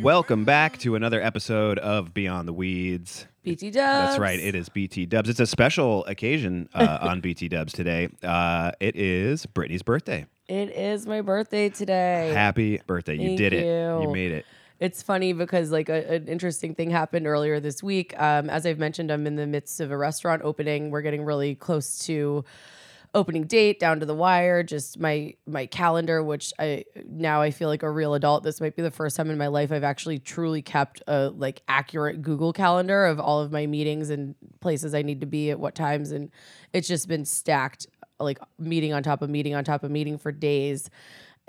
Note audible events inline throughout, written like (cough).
Welcome back to another episode of Beyond the Weeds. BT Dubs. That's right. It is BT Dubs. It's a special occasion (laughs) uh, on BT Dubs today. Uh, it is Brittany's birthday. It is my birthday today. Happy birthday. you Thank did it. You you. made it. It's funny because like a, an interesting thing happened earlier this week. Um, as I've mentioned, I'm in the midst of a restaurant opening. We're getting really close to opening date, down to the wire. Just my my calendar, which I now I feel like a real adult. This might be the first time in my life I've actually truly kept a like accurate Google calendar of all of my meetings and places I need to be at what times, and it's just been stacked like meeting on top of meeting on top of meeting for days.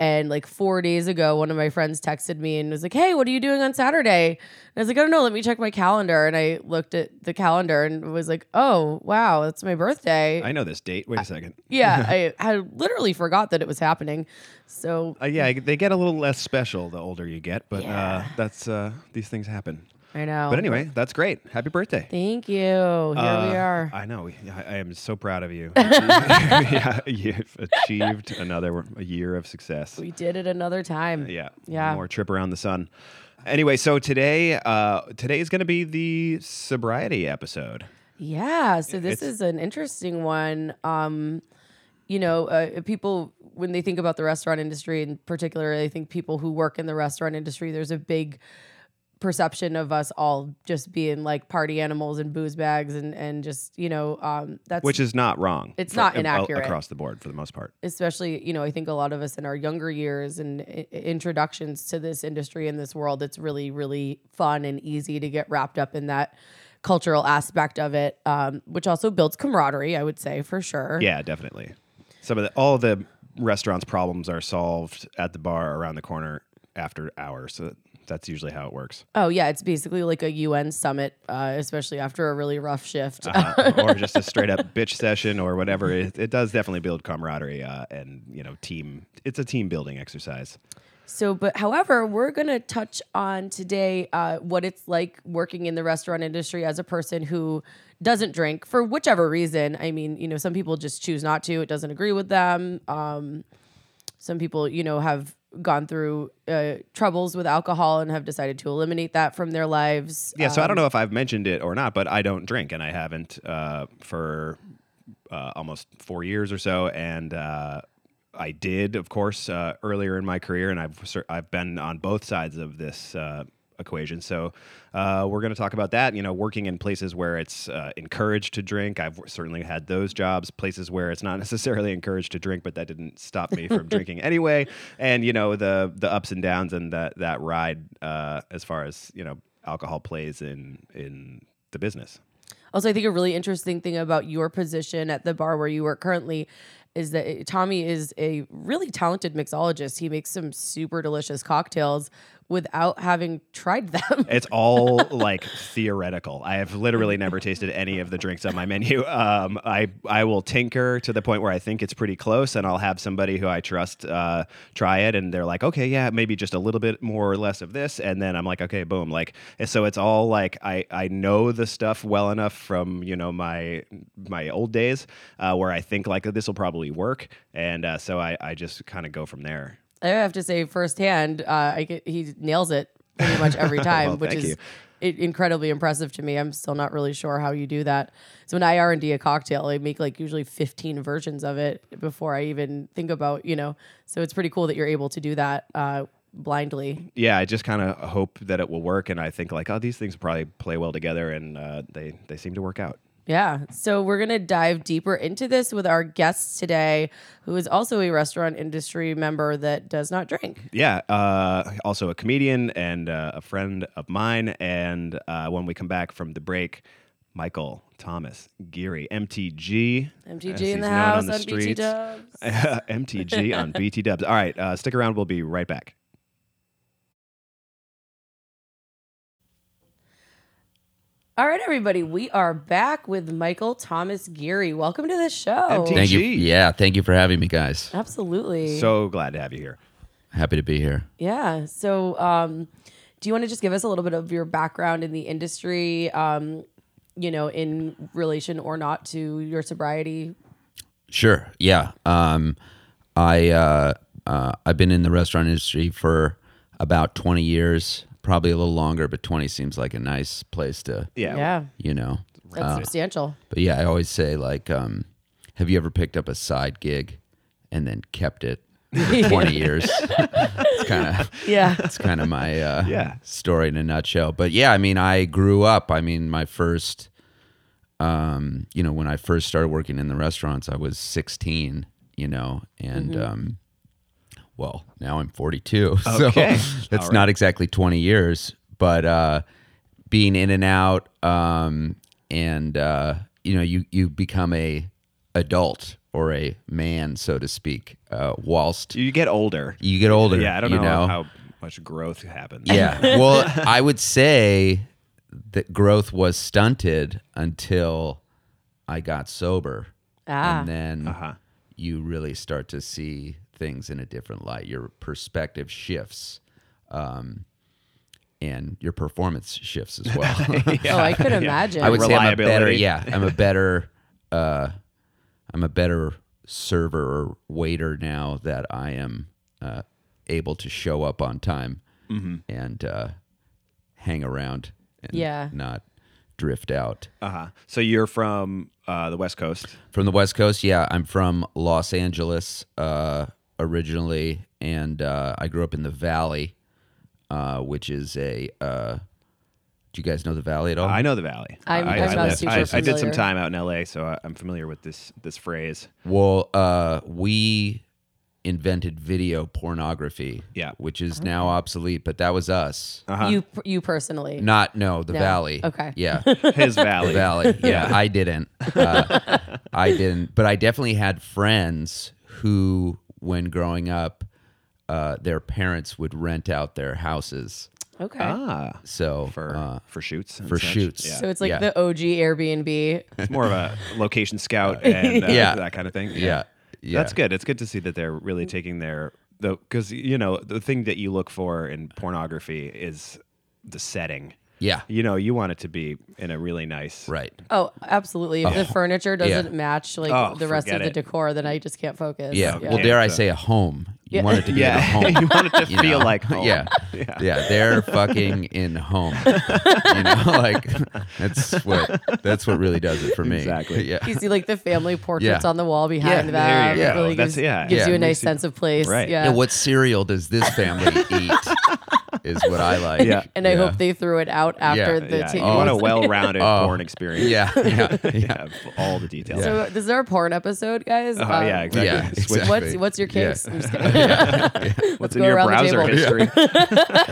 And like four days ago, one of my friends texted me and was like, Hey, what are you doing on Saturday? And I was like, I don't know, let me check my calendar. And I looked at the calendar and was like, Oh, wow, that's my birthday. I know this date. Wait a second. (laughs) yeah, I had literally forgot that it was happening. So Uh, yeah, they get a little less special the older you get, but uh, Yeah. that's uh, these things happen. I know. But anyway, that's great. Happy birthday. thank you. Here Uh, we are. I know. I, I am so proud of (laughs) you. (laughs) yeah, you've achieved another year of success. we did it another time. Yeah. Yeah. More trip around the sun. Anyway, so today, uh, today is going to be the sobriety episode. Yeah, so this It's- is an interesting one. Um, you know, uh, people when they think about the restaurant industry, in particular, I think people who work in the restaurant industry, there's a big perception of us all just being like party animals and booze bags and and just you know um, that's Which is not wrong. It's not a- inaccurate. across the board for the most part. especially you know i think a lot of us in our younger years and i- introductions to this industry and this world it's really really fun and easy to get wrapped up in that cultural aspect of it um, which also builds camaraderie i would say for sure Yeah, definitely. Some of the all the restaurants' problems are solved at the bar around the corner after hours. So that's usually how it works, oh yeah it's basically like a un summit uh, especially after a really rough shift (laughs) uh, or just a straight up bitch session or whatever. It, it does definitely build camaraderie uh, and you know team. It's a team building exercise. So, but however, we're going to touch on today uh, what it's like working in the restaurant industry as a person who doesn't drink for whichever reason. I mean, you know, some people just choose not to, it doesn't agree with them. Um, some people, you know, have gone through uh, troubles with alcohol and have decided to eliminate that from their lives. Yeah, so I don't know if I've mentioned it or not, but I don't drink, and I haven't uh, for uh, almost four years or so, and uh, I did, of course, uh, earlier in my career, and I've cer- I've been on both sides of this. Uh, equation so uh, we're going to talk about that you know working in places where it's uh, encouraged to drink i've certainly had those jobs places where it's not (laughs) necessarily encouraged to drink but that didn't stop me from drinking anyway and you know the the ups and downs and that that ride uh, as far as you know alcohol plays in in the business. Also, I think a really interesting thing about your position at the bar where you work currently is that it- Tommy is a really talented mixologist. He makes some super delicious cocktails without having tried (laughs) them. It's all like theoretical. I have literally never tasted any of the drinks on my menu. Um, I I will tinker to the point where I think it's pretty close, and I'll have somebody who I trust uh, try it, and they're like, okay, yeah, maybe just a little bit more or less of this, and then I'm like, okay, boom, like so. It's all like I I know the stuff well enough from you know my my old days uh, where I think like this will probably work, and uh, so I I just kind of go from there. I have to say firsthand, uh, I get, he nails it pretty much (laughs) every time, Well, which thank is you. i- incredibly impressive to me. I'm still not really sure how you do that. So when I R and D a cocktail, I make like usually 15 versions of it before I even think about you know. So it's pretty cool that you're able to do that uh, blindly. yeah, I just kind of hope that it will work, and I think like, oh, these things probably play well together, and uh, they they seem to work out. Yeah. So we're going to dive deeper into this with our guest today, who is also a restaurant industry member that does not drink. Yeah, uh, also a comedian and uh, a friend of mine, and uh, when we come back from the break, Michael Thomas Geary, (laughs) MTG, as MTG he's in the known house the on BT streets. Dubs. MTG on BT Dubs. All right, uh, stick around. We'll be right back. All right, everybody. We are back with Michael Thomas Geary. Welcome to the show. MTG. Thank you. Oh, Gee. Yeah, thank you for having me, guys. Absolutely. So glad to have you here. Happy to be here. yeah. So, um, do you want to just give us a little bit of your background in the industry, um, you know, in relation or not to your sobriety? Sure. Yeah. Um, I uh, uh, I've been in the restaurant industry for about 20 years, probably a little longer, but 20 seems like a nice place to, Yeah. Uh, yeah, you know. that's substantial. But yeah, I always say like, um, have you ever picked up a side gig and then kept it (laughs) for 20 years? (laughs) it's kind of Yeah, that's kind of my uh, (laughs) Yeah. story in a nutshell. But yeah, I mean, I grew up. I mean, my first, um, you know, when I first started working in the restaurants, I was 16. You know, and Mm-hmm. um, well, now I'm 42, Okay. (laughs) so that's not exactly 20 years, but uh, being in and out, um, and uh, you know, you you become a adult or a man, so to speak, uh, whilst You get older. you get older. Yeah, I don't you know, how much growth happens. (laughs) yeah. (laughs) Well, I would say that growth was stunted until I got sober. Ah. (laughs) And then Uh-huh. you really start to see things in a different light. Your perspective shifts. Um, and your performance shifts as well. (laughs) Oh, I could imagine. I would say I'm a better. Reliability. Yeah, I'm (laughs) a better. Uh, I'm a better server or waiter now that I am uh, able to show up on time Mm-hmm. and uh, hang around. And Yeah. not drift out Uh huh. So you're from uh, the West Coast. from the West Coast. Yeah, I'm from Los Angeles uh, originally, and uh, I grew up in the Valley, uh, which is a. Uh, do you guys know the Valley at all? I know the Valley. I'm- I, I'm I not lived- super I- I did some familiar. time out in L.A., so I- I'm familiar with this this phrase. Well, uh, we invented video pornography, Yeah. which Oh. is now obsolete, but that was us. You you personally. Not no, the Valley. Okay. (laughs) yeah, His Valley. the Valley. Yeah, I didn't. Uh, I didn't, but I definitely had friends who, when growing up, uh, their parents would rent out their houses. Okay. Ah. So For uh, for shoots. and for such. shoots. Yeah. (laughs) So it's like yeah. the OG Airbnb. it's more of a location scout and uh, Yeah. that kind of thing. yeah, yeah, That's good. It's good to see that they're really taking their the because you know the thing that you look for in pornography is the setting. yeah, You know, you want it to be in a really nice. (laughs) right. Oh, absolutely. If the furniture doesn't match like Oh, the rest of forget the it. decor, then I just can't focus. Yeah. Yeah. Well, dare I So- say a home? You Yeah. want it to be Yeah. a home. (laughs) you want it to feel know? like home. (laughs) (laughs) Yeah. yeah. They're fucking in home. you know, (laughs) like that's what that's what really does it for me. Exactly. (laughs) Yeah. You see like the family portraits Yeah. on the wall behind Yeah, that. there you It go. really That's- gives, yeah, gives yeah. you a Makes nice you- sense of place. Right. Yeah. Yeah, what cereal does this family eat? is what I like. Yeah. and I Yeah. hope they threw it out after Yeah, the yeah. tape. You want a was- (laughs) well-rounded (laughs) Oh. porn experience. Yeah. (laughs) (laughs) Yeah. Yeah. Yeah, f- all the details. So this is our porn episode, guys. Oh, Um, yeah, exactly. yeah Switch- exactly. (laughs) What's what's your Yeah. case? I'm just kidding. What's go in your around the browser table. (laughs) history?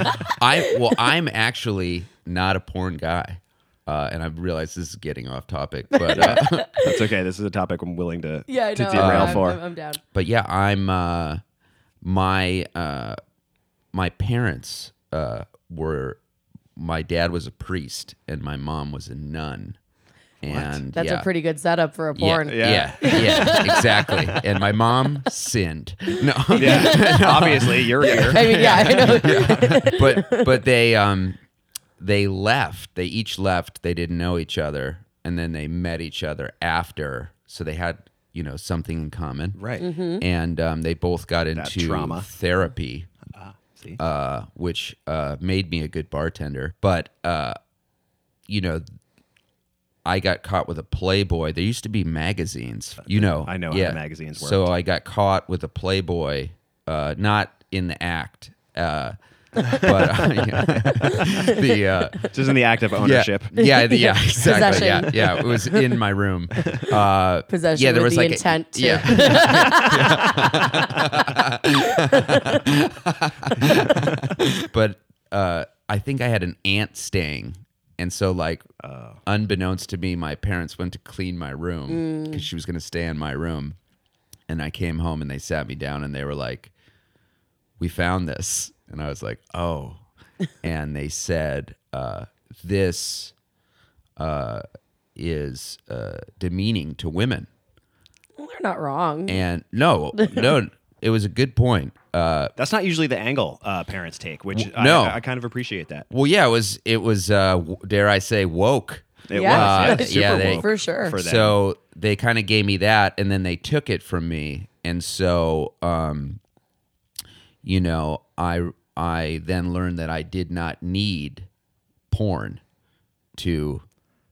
I well, I'm actually not a porn guy. Uh, and I've realized this is getting off topic, (laughs) but uh, That's okay. This is a topic I'm willing to, (laughs) Yeah, I to know. derail I'm, for. I'm, I'm down. but yeah, I'm uh, my uh, my parents uh, were my dad was a priest and my mom was a nun, and That's yeah. a pretty good setup for a yeah, (laughs) porn. yeah, (laughs) yeah, exactly. And my mom sinned. No, (laughs) yeah. Obviously, you're here. I mean, yeah, I know. (laughs) but but they um they left. They each left. They didn't know each other, and then they met each other after, so they had you know something in common, Right. and um, they both got into Mm-hmm. trauma. Ah, therapy, See? uh, which uh, made me a good bartender. But uh, you know, I got caught with a Playboy. There used to be magazines, you know. Uh, I know how magazines So I got caught with a Playboy, uh, not in the act, (laughs) uh, but uh, (laughs) the uh, Just in the act of ownership. yeah, yeah, (laughs) the- yeah, exactly. Yeah, Possession. yeah. It was in my room. Uh, (laughs) Possession yeah, there with was the like a- intent to- yeah, but uh, I think I had an aunt staying, and so like, unbeknownst to me, my parents went to clean my room because she was going to stay in my room, and I came home and they sat me down and they were like, "We found this," and I was like, "Oh," and they said, uh, "This." Uh, is uh, demeaning to women. Well, They're not wrong. And no, no, it was a good point. Uh, That's not usually the angle uh, parents take, which I- no. I, I kind of appreciate that. well, yeah, it was. It was. Uh, w- dare I say, woke. It Yeah. was. Uh, Yeah, super yeah, they- woke For sure. For them. So they kind of gave me that, and then they took it from me, and so um, you know, I I then learned that I did not need porn to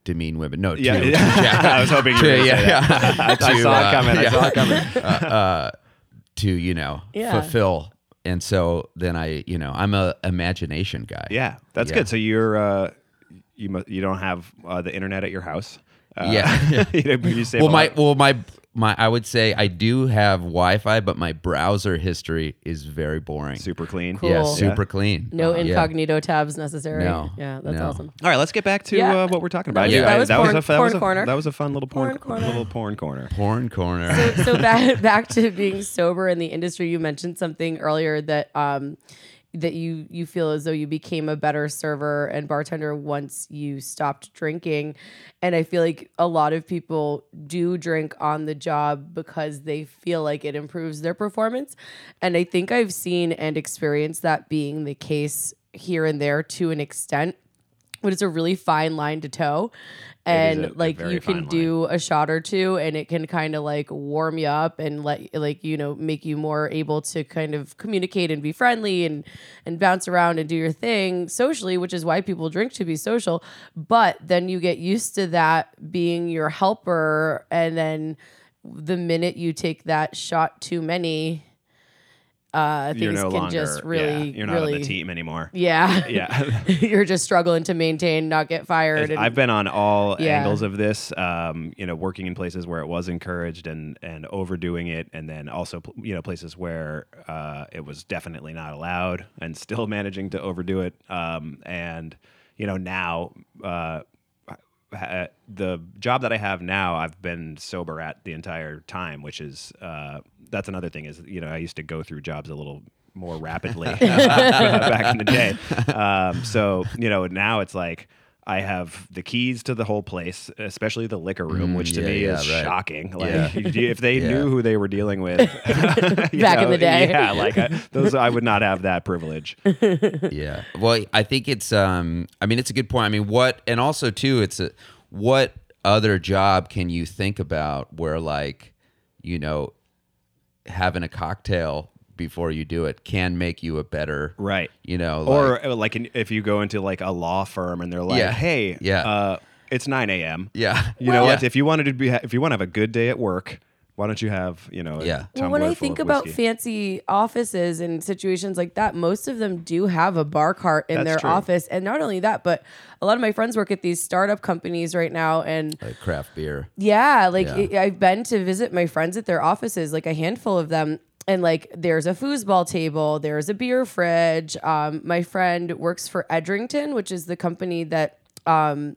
demean women. No, (laughs) to- Yeah, (laughs) I was hoping you were to, gonna yeah, say that. (laughs) yeah. I, I To, saw uh, it coming. I yeah. Uh, saw it coming. (laughs) to you know Yeah. fulfill. And so then I, you know, I'm a imagination guy. Yeah, that's Yeah. good. So you're uh, you mu- you don't have uh, the internet at your house. Uh, Yeah. (laughs) you, know, you save Well, a my lot. well my my I would say I do have Wi-Fi, but my browser history is very boring. super clean. Cool. Yeah, Yeah. super clean. No uh, Yeah. incognito tabs necessary. No. Yeah, that's No. awesome. All right, let's get back to Yeah. uh, what we're talking about. was- You that guys- was porn- a, that was porn a, corner. That was a fun little porn, Porn corner. little porn corner. Porn corner. so back (laughs) back to being sober in the industry you mentioned something earlier that um that you you feel as though you became a better server and bartender once you stopped drinking and i feel like a lot of people do drink on the job because they feel like it improves their performance and i think i've seen and experienced that being the case here and there to an extent but it's a really fine line to toe and a- a like very you fine can line. do a shot or two and it can kind of like warm you up and let like you know make you more able to kind of communicate and be friendly and and bounce around and do your thing socially which is why people drink to be social but then you get used to that being your helper and then the minute you take that shot too many uh things You're no can longer. just really yeah, you're not really on the team (laughs) anymore. (laughs) yeah Yeah. (laughs) you're just struggling to maintain, not get fired. And, I've been on all Yeah. angles of this, um, you know, working in places where it was encouraged and and overdoing it, and then also pl- you know places where uh, it was definitely not allowed, and still (laughs) managing to overdo it. Um, and you know now uh, ha- uh, the job that I have now, I've been sober at the entire time, which is uh, that's another thing is you know I used to go through jobs a little more rapidly (laughs) back in the day. Um, so you know now it's like. I have the keys to the whole place, especially the liquor room, Mm, which to yeah, me yeah, is right. shocking. Yeah. Like, you- if they (laughs) Yeah. knew who they were dealing (laughs) with (laughs) back Back in the day. yeah, like I, those, I would not have that (laughs) privilege. yeah. Well, I think it's um I mean it's a good point. I mean, what and also too it's a, what other job can you think about where like, you know, having a cocktail before you do it can make you a better Right. you know like- or uh, like in, if you go into like a law firm and they're like, Yeah. "Hey, Yeah. uh, it's nine a.m. yeah You know what? Yeah. If you wanted to be, if you want to have a good day at work, why don't you have you know? A Yeah. well, when tumbler I full think of about whiskey? fancy offices and situations like that, most of them do have a bar cart in That's their true. office. And not only that, but a lot of my friends work at these startup companies right now. And like craft beer Yeah, like Yeah. I- I've been to visit my friends at their offices, like a handful of them. And like, there's a foosball table, there's a beer fridge. Um, my friend works for Edrington, which is the company that um,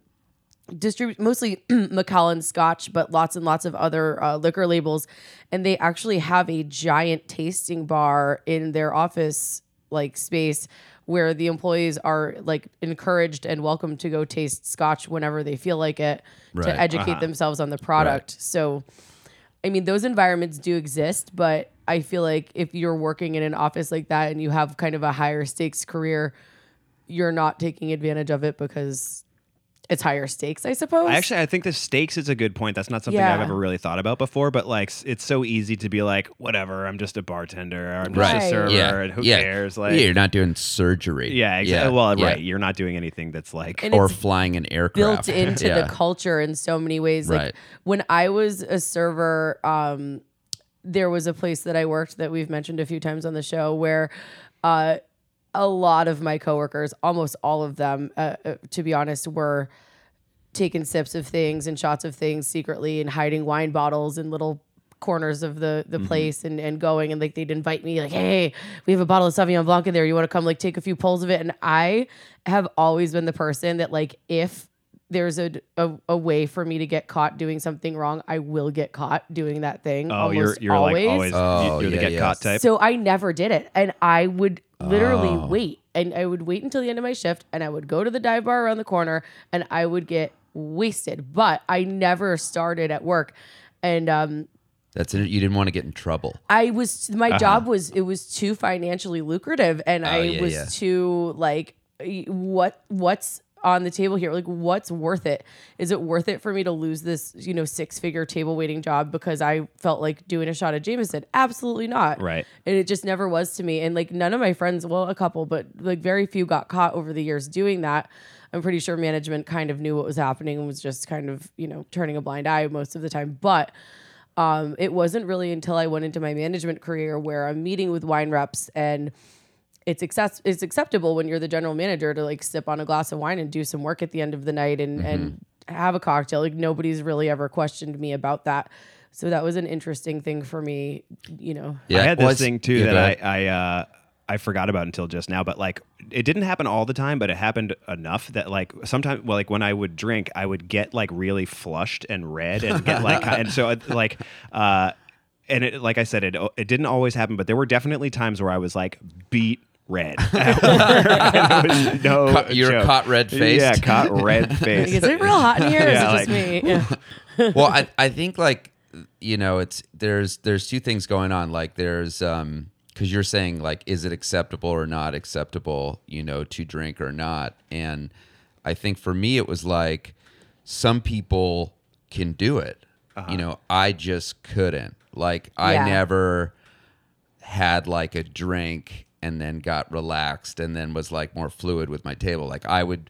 distributes mostly (clears throat) Macallan Scotch, but lots and lots of other uh, liquor labels. And they actually have a giant tasting bar in their office, like space. Where the employees are like encouraged and welcome to go taste scotch whenever they feel like it Right. to educate themselves on the product. So, I mean, those environments do exist, but I feel like if you're working in an office like that and you have kind of a higher stakes career, you're not taking advantage of it because it's higher stakes, I suppose. I actually, I think the stakes is a good point. That's not something I've Yeah. ever really thought about before. But like, s- it's so easy to be like, whatever. I'm just a bartender. Or I'm just Right. a server. yeah And who yeah. cares? Like, yeah, yeah, you're not doing surgery exactly. well, yeah. right. You're not doing anything that's like. And or it's flying an aircraft (laughs) built into yeah. the culture in so many ways. Like Right. when I was a server, um, there was a place that I worked that we've mentioned a few times on the show where uh, a lot of my coworkers, almost all of them, uh, uh, to be honest, were taking sips of things and shots of things secretly and hiding wine bottles in little corners of the the Mm-hmm. place and and going and like they'd invite me like hey we have a bottle of sauvignon blanc in there you want to come like take a few pulls of it and i have always been the person that like if there's a, a a way for me to get caught doing something wrong i will get caught doing that thing Oh, almost you're you're like always Oh, you're the yeah, get yeah. caught type. so I never did it. And I would literally Oh. wait. And I would wait until the end of my shift and I would go to the dive bar around the corner and I would get wasted. But I never started at work. And um, that's it you didn't want to get in trouble I was my Uh-huh. job was it was too financially lucrative and I Oh, yeah, was yeah. too like what what's on the table here like what's worth it is it worth it for me to lose this you know six figure table waiting job because i felt like doing a shot at jameson absolutely not Right. and it just never was to me and like none of my friends well a couple but like very few got caught over the years doing that i'm pretty sure management kind of knew what was happening and was just kind of you know turning a blind eye most of the time but um, it wasn't really until I went into my management career where I'm meeting with wine reps and it's access- it's acceptable when you're the general manager to like sip on a glass of wine and do some work at the end of the night and and have a cocktail. Like nobody's really ever questioned me about that. So that was an interesting thing for me, you know. I had this Well, it's- thing too yeah, go that ahead. I I uh, I forgot about until just now, but like it didn't happen all the time, but it happened enough that like sometimes, well, like when I would drink, I would get like really flushed and red and get like, (laughs) and so it, like, uh, and it like I said, it it didn't always happen, but there were definitely times where I was like beat red. (laughs) And it was no, Caught- you were joke. caught red-faced? Yeah, (laughs) caught red Like, (laughs) is faced. it real hot in here? Or Yeah, is it just (laughs) me? Yeah. well I, I think like you know it's there's there's two things going on like there's um because you're saying like is it acceptable or not acceptable you know to drink or not and i think for me it was like some people can do it you know i just couldn't like i Yeah. never had like a drink and then got relaxed and then was like more fluid with my table. Like I would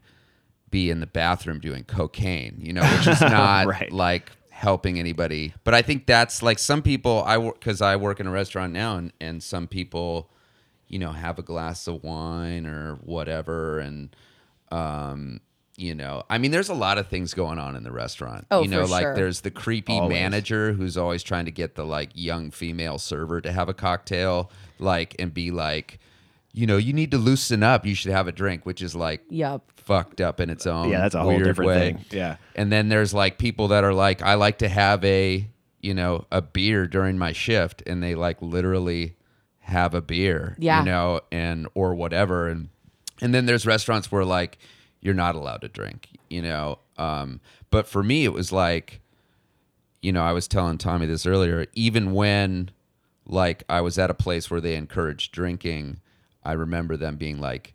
be in the bathroom doing cocaine, you know, which is not Right. like helping anybody. But I think that's like some people I work cuz I work in a restaurant now and and some people you know have a glass of wine or whatever and um you know, I mean, there's a lot of things going on in the restaurant. Oh, you know, for like sure. there's the creepy Always. manager who's always trying to get the like young female server to have a cocktail, like and be like, you know, you need to loosen up. You should have a drink, which is like Yep. fucked up in its own. Yeah, that's a whole weird different way. thing. Yeah. And then there's like people that are like, I like to have a you know a beer during my shift, and they like literally have a beer. Yeah. You know, and or whatever, and and then there's restaurants where like you're not allowed to drink. You know, um, but for me it was like you know, I was telling Tommy this earlier, even when like I was at a place where they encouraged drinking, I remember them being like,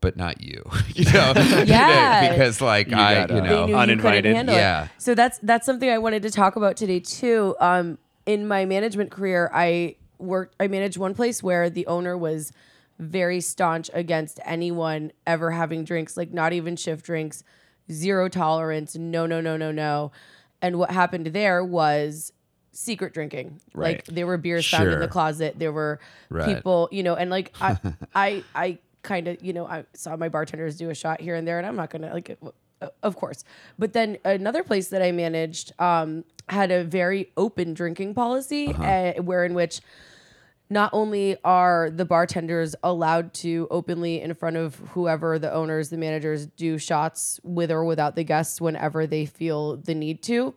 but not you, (laughs) you (laughs) know, Yeah. because like I, got, you uh, know, they knew you uninvited. couldn't handle Yeah. it. So that's that's something I wanted to talk about today too. Um, in my management career, I worked. I managed one place where the owner was very staunch against anyone ever having drinks, like not even shift drinks, zero tolerance. No, no, no, no, no. And what happened there was secret drinking. Right. Like there were beers found in Sure. the closet. There were Right. people, you know, and like I, I, I kind of, you know, I saw my bartenders do a shot here and there, and I'm not gonna like, it- of course. But then another place that I managed um, had a very open drinking policy, uh, where in which not only are the bartenders allowed to openly in front of whoever the owners the managers do shots with or without the guests whenever they feel the need to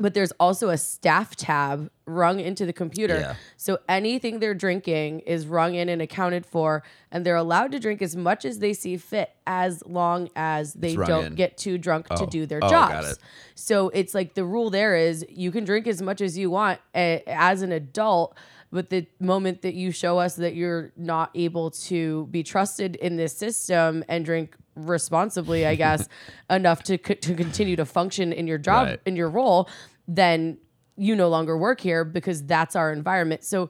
but there's also a staff tab rung into the computer Yeah. so anything they're drinking is rung in and accounted for and they're allowed to drink as much as they see fit as long as they rung don't in. get too drunk to do their Oh, got jobs it. so it's like the rule there is you can drink as much as you want a, as an adult, but the moment that you show us that you're not able to be trusted in this system and drink responsibly, I (laughs) guess, enough to co- to continue to function in your job Right. in your role, then you no longer work here because that's our environment. So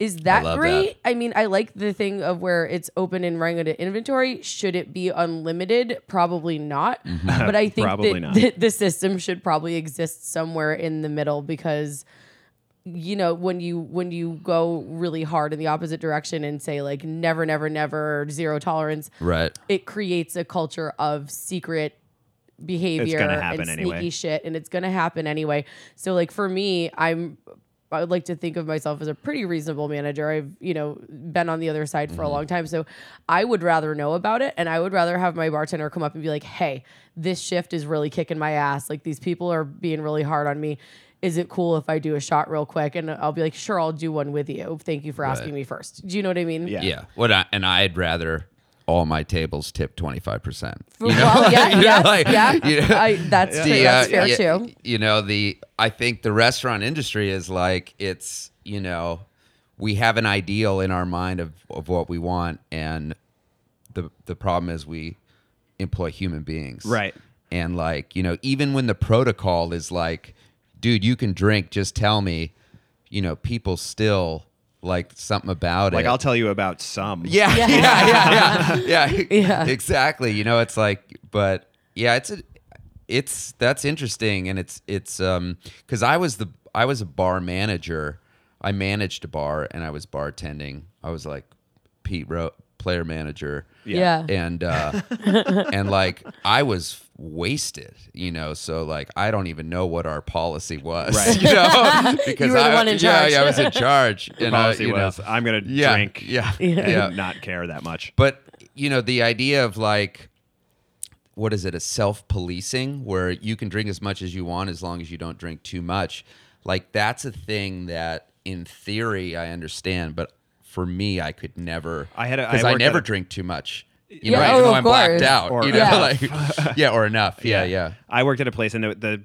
is that love great? that. I mean, I like the thing of where it's open and running into inventory. Should it be unlimited? Probably not. Mm-hmm. But I think Probably that, not. that the system should probably exist somewhere in the middle because you know when you when you go really hard in the opposite direction and say like never never never zero tolerance right. it creates a culture of secret behavior happen and sneaky anyway. shit and it's gonna happen anyway so like for me i'm i would like to think of myself as a pretty reasonable manager i've you know been on the other side for a Mm-hmm. long time so i would rather know about it and i would rather have my bartender come up and be like hey this shift is really kicking my ass like these people are being really hard on me is it cool if i do a shot real quick and i'll be like sure i'll do one with you thank you for asking me first do you know what i mean Yeah. Yeah. What I, and I'd rather all my tables tip 25%. well, yeah, You know, (laughs) yeah, like, yeah. you know, I, that's, The, fair- that's uh, fair y- too. You know, the I think the restaurant industry is like it's you know we have an ideal in our mind of, of what we want, and the the problem is we employ human beings. Right. And like, you know, even when the protocol is like, dude, you can drink, just tell me, you know, people still like something about Like it. I'll tell you about some. Yeah, (laughs) yeah, yeah, yeah, (laughs) yeah. Yeah. Exactly. You know, it's like, but yeah, it's a, it's that's interesting, and it's it's um because I was the I was a bar manager. I managed a bar, and I was bartending. I was like Pete Ro- player manager Yeah. (laughs) and uh and like i was wasted you know so like i don't even know what our policy was Right. (laughs) (laughs) you know because were the i one in yeah, charge. yeah i was in charge The and policy I, you know, was I'm gonna yeah, drink yeah and (laughs) yeah not care that much. but you know the idea of like what is it a self-policing where you can drink as much as you want as long as you don't drink too much like that's a thing that in theory i understand but for me i could never I had a- I because i, worked never at a- drink too much you Yeah, know oh, even though of i'm course. blacked out Or you know Yeah. (laughs) like yeah or enough yeah yeah I worked at a place and the, the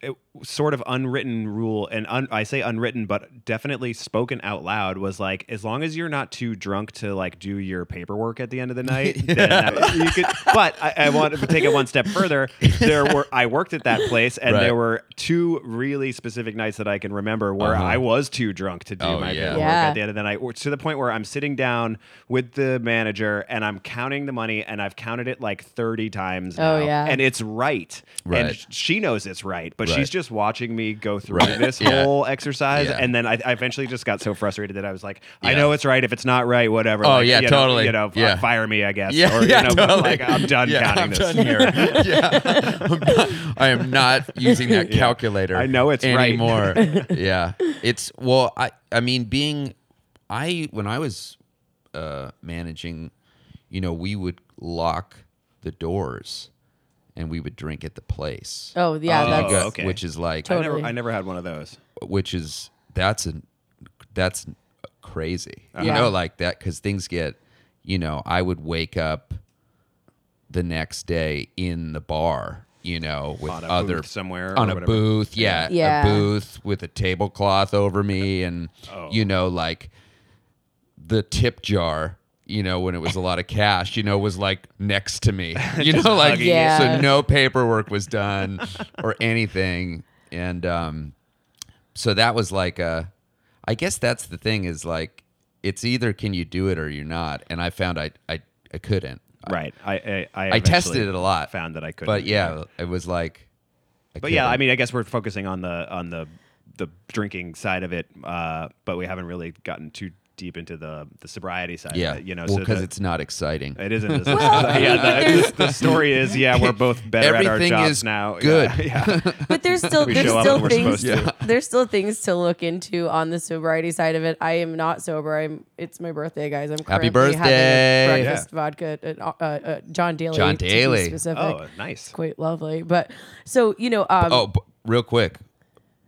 it, sort of unwritten rule, and un, I say unwritten, but definitely spoken out loud, was like as long as you're not too drunk to like do your paperwork at the end of the (laughs) night, then that, you could. But I, I want to take it one step further. There were I worked at that place, and Right. there were two really specific nights that I can remember where I was too drunk to do Uh-huh. Oh, my yeah. paperwork Yeah. at the end of the night, or to the point where I'm sitting down with the manager and I'm counting the money, and I've counted it like 30 times. Oh, now, yeah. and it's right. And Right. sh- she knows it's right, but Right. she's just watching me go through Right. this Yeah. whole exercise. Yeah. And then I, I eventually just got so frustrated that I was like, I Yeah. know it's right. If it's not right, whatever. Oh, Like, yeah, you totally. Know, you know, f- Yeah. fire me, I guess. Yeah, or, yeah, you know, (laughs) totally. like, I'm done Yeah, counting I'm this. done here. yeah, I'm not, (laughs) I am not using that calculator. I know it's right. (laughs) anymore. yeah, it's well. I I mean, being I when I was uh, managing, you know, we would lock the doors, and we would drink at the place. Um, Oh yeah, Oh, that's okay. which is like (laughs) I, Totally. never, I never had one of those. which is that's a that's crazy you Yeah. know like that because things get you know i would wake up the next day in the bar you know with On a other booth somewhere or on a whatever. booth yeah, Yeah. a booth with a tablecloth over me and Oh. you know like the tip jar you know when it was a lot of cash you know was like next (laughs) to me you know like hugging you. Yeah. so no paperwork was done or anything and um so that was like a i guess that's the thing is like it's either can you do it or you're not and i found i i, I couldn't Right. I I, I, i eventually tested it a lot Found that I couldn't. but yeah it was like I But yeah, couldn't. I mean, I guess we're focusing on the on the the drinking side of it, uh, but we haven't really gotten too deep into the the sobriety side. yeah of it, Uh, you know, because the- it's not exciting It isn't. (laughs) As (laughs) yeah, the, the story is yeah, we're both better at our Everything jobs is now. Yeah, good. Yeah, (laughs) but (laughs) there's still We there's show up still when we're things supposed to. there's still things to look into on the sobriety side of it. I am not sober. I'm it's my birthday, guys. I'm Happy currently having birthday. a breakfast vodka. At, uh, uh, John Daly. John to be Daly. Specific. Oh, nice. Quite lovely, but so you know. Um, oh b- real quick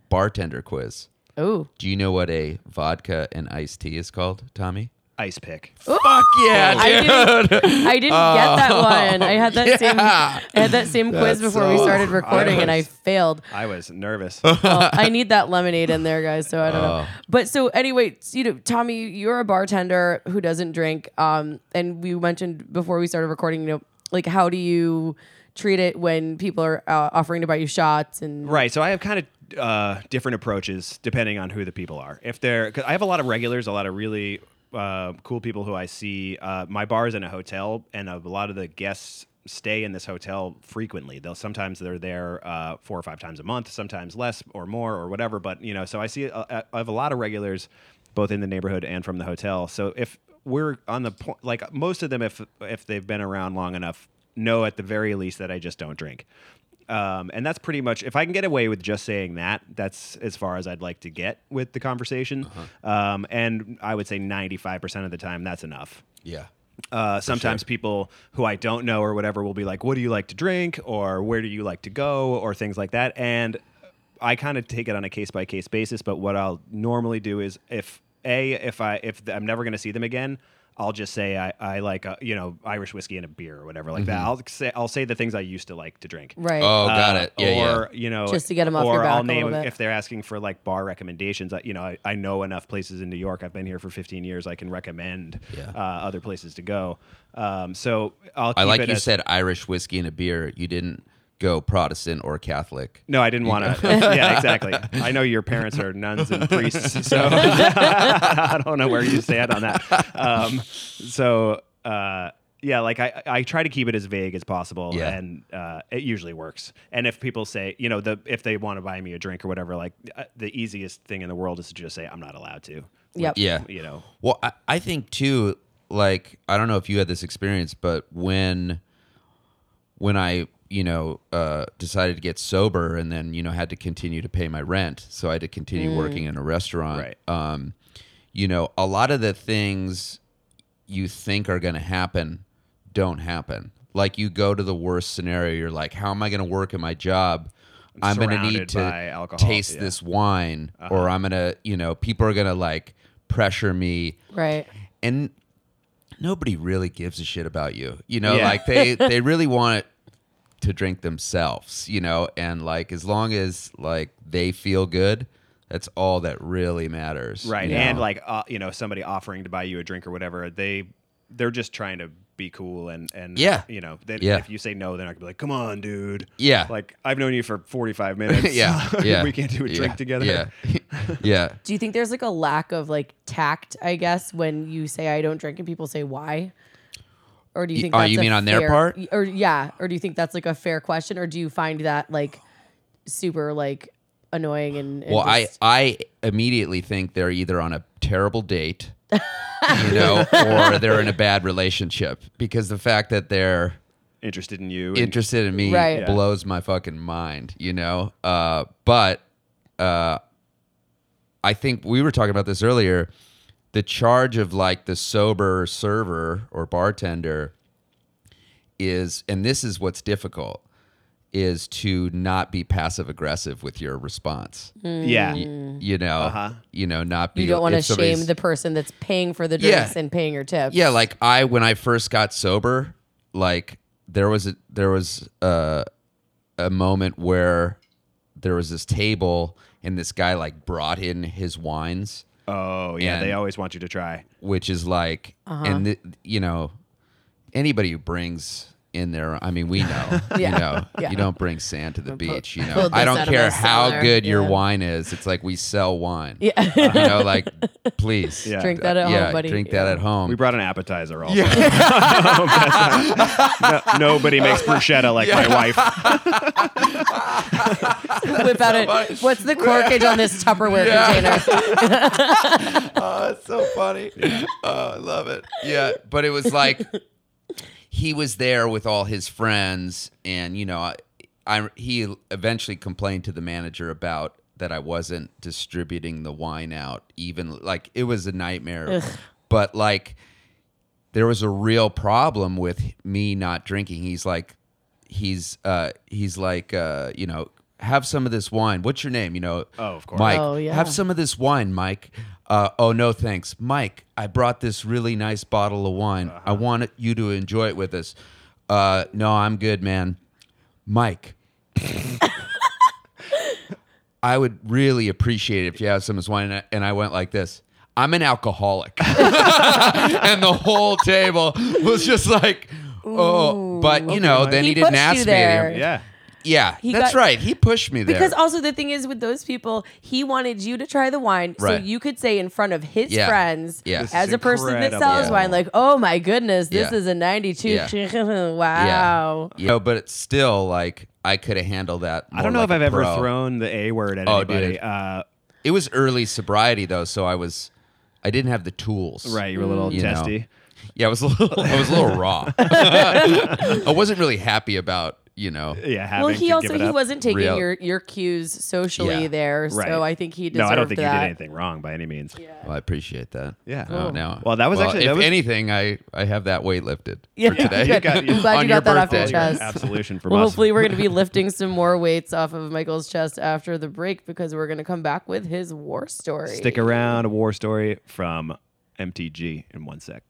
bartender quiz oh, do you know what a vodka and iced tea is called tommy Ice pick. fuck yeah I didn't, I didn't get that one. I had that same (laughs) yeah. I had that same quiz That's before we so- started recording, and I was- failed. I was nervous. (laughs) Well, I need that lemonade in there, guys. So I don't Oh. know. But so anyway, so, you know, Tommy, you're a bartender who doesn't drink. Um, and we mentioned before we started recording, you know, like how do you treat it when people are uh, offering to buy you shots and Right. So I have kind of uh, different approaches depending on who the people are. If they're, cause I have a lot of regulars, a lot of really uh, cool people who I see. Uh, my bar is in a hotel, and a lot of the guests stay in this hotel frequently. They'll sometimes they're there uh, four or five times a month, sometimes less or more or whatever. But you know, so I see uh, I have a lot of regulars, both in the neighborhood and from the hotel. So if we're on the point, like most of them, if if they've been around long enough, know at the very least that I just don't drink. Um, and that's pretty much if I can get away with just saying that, that's as far as I'd like to get with the conversation. Um, and I would say 95% of the time, that's enough. yeah Uh, sometimes people who I don't know or whatever will be like, What do you like to drink? or Where do you like to go? or things like that. And I kind of take it on a case by case basis. But what I'll normally do is if A, if I, if I'm never going to see them again, I'll just say I, I like uh you know Irish whiskey and a beer or whatever like that. I'll say I'll say the things I used to like to drink. Right. Oh, got Uh, it. Yeah, or you know, Just to get 'em off or your back I'll a name little bit. if they're asking for like bar recommendations. I, you know, I, I know enough places in New York. I've been here for 15 years. I can recommend Yeah. uh, other places to go. Um, so I'll. Keep I like it you as- said Irish whiskey and a beer. You didn't go Protestant or Catholic. No, I didn't want to. yeah, exactly. I know your parents are nuns and priests, so (laughs) I don't know where you stand on that. Um, so uh, yeah, like I, I try to keep it as vague as possible, Yeah. and uh, it usually works. And if people say, you know, the if they want to buy me a drink or whatever, like uh, the easiest thing in the world is to just say I'm not allowed to. Yep. Yeah. You know, Well, I, I think too, like I don't know if you had this experience, but when when I, you know, uh, decided to get sober and then, you know, had to continue to pay my rent. So I had to continue working in a restaurant. Mm. Right. Um, you know, a lot of the things you think are gonna happen don't happen. Like you go to the worst scenario, you're like, How am I gonna work at my job? I'm gonna need surrounded to by alcohol, taste yeah. Uh-huh. this this wine or I'm going to, you know, people are going to like pressure me Right. and nobody really gives a shit about you. You know, Yeah. like they (laughs) they really want to drink themselves, you know, and like as long as like they feel good, that's all that really matters. right? you know? And like uh, you know, somebody offering to buy you a drink or whatever, they they're just trying to be cool and and Yeah. you know, they, Yeah. if you say no, they're not gonna be like, come on, dude. Yeah. (laughs) like I've known you for forty five minutes. (laughs) yeah, yeah. we can't do a drink yeah, together. (laughs) Yeah. yeah. Do you think there's like a lack of like tact, I guess, when you say I don't drink and people say why? Or do you Y- think oh, that's you a mean on their fair- part? Or yeah, or do you think that's like a fair question or do you find that like super like annoying and, and Well, I just- I immediately think they're either on a (laughs) terrible date, you know, or they're in a bad relationship because the fact that they're Interested in you? and- interested in me Right. Yeah. blows my fucking mind, you know? Uh, but uh, I think we were talking about this earlier. The charge of like the sober server or bartender is, and this is what's difficult, is to not be passive aggressive with your response. yeah, Y- you know, you know, not be. Mm. you don't want to if somebody's- shame the person that's paying for the Yeah. drinks and paying your tips. yeah, like I when I first got sober, like there was a there was a, a moment where there was this table and this guy like brought in his wines, Oh yeah, And- they always want you to try. which is like Uh-huh. and th- you know anybody who brings in their I mean we know (laughs) Yeah. you know Yeah. you don't bring sand to the beach you know pulled this I don't out of my care how cellar. good your Yeah. wine is it's like we sell wine (laughs) Yeah. you know like please Yeah. (laughs) drink that at Uh, yeah home, buddy. drink that at home We brought an appetizer also. (laughs) No- nobody makes bruschetta like my wife. Whip out it. What's the corkage on this (laughs) Tupperware container? Oh, it's so funny. Oh, I love it. Yeah, but it was like he was there with all his friends, and you know, I, I he eventually complained to the manager about that I wasn't distributing the wine out. Even like it was a nightmare, but like there was a real problem with me not drinking. He's like, he's uh, he's like, uh, you know. Have some of this wine. What's your name? You know, Oh, of course. Mike. Oh, yeah. Have some of this wine, Mike. Uh, oh no, thanks, Mike. I brought this really nice bottle of wine. I want it- you to enjoy it with us. Uh, no, I'm good, man. Mike, (laughs) I would really appreciate it if you have some of this wine. And I, and I went like this. I'm an alcoholic, (laughs) and the whole table was just like, oh. but you know, then he, He didn't pushed ask you me. there. to- Yeah. Yeah, that's got- right. He pushed me there. Because also the thing is with those people, he wanted you to try the wine Right. so you could say in front of his Yeah. friends Yeah. This as is a person that incredible. sells Yeah. wine, like, oh my goodness, this Yeah. is a 92. Yeah. (laughs) wow. You know, but it's still like I could have handled that. I don't know more if like I've a ever pro. thrown the A word at Oh, dude. anybody. Uh, It was early sobriety though, so I was I didn't have the tools. right, you were a little Mm. You know. testy. Yeah, I was a little I was a (laughs) little raw. I wasn't really happy about, you know. Yeah, having Well, he to also give it he up. wasn't taking Real- your, your cues socially Yeah. there, Right. so I think he deserved No, I don't think that. you did anything wrong by any means. Yeah. Well, I appreciate that. Yeah. Oh, now. Well, that was actually- if that was- anything, I I have that weight lifted Yeah. (laughs) for today. You got- you- (laughs) I'm glad on you your got that off your birthday. (laughs) chest. Absolution from Well, us. hopefully, we're going to (laughs) be lifting some more weights off of Michael's chest after the break because we're going to come back with his war story. Stick around. A war story from MTG in one sec.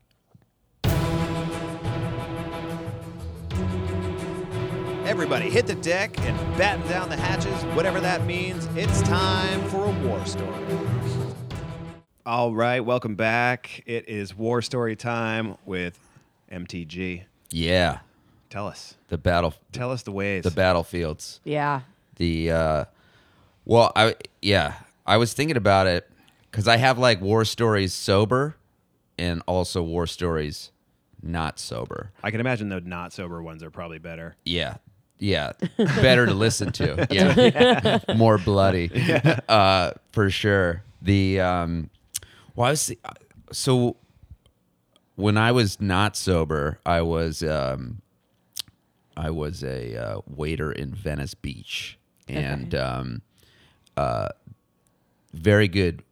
Everybody hit the deck and batten down the hatches, whatever that means. It's time for a war story. All right, welcome back. It is War Story time with MTG. Yeah, Tell us. the battle, Tell us the ways. the battlefields. Yeah. the uh well i yeah i was thinking about it because i have like war stories sober and also war stories not sober I can imagine the not sober ones are probably better. yeah yeah better to listen to yeah, more bloody uh for sure the um well i was so when i was not sober i was um I was a uh, waiter in Venice Beach, and um, uh, very good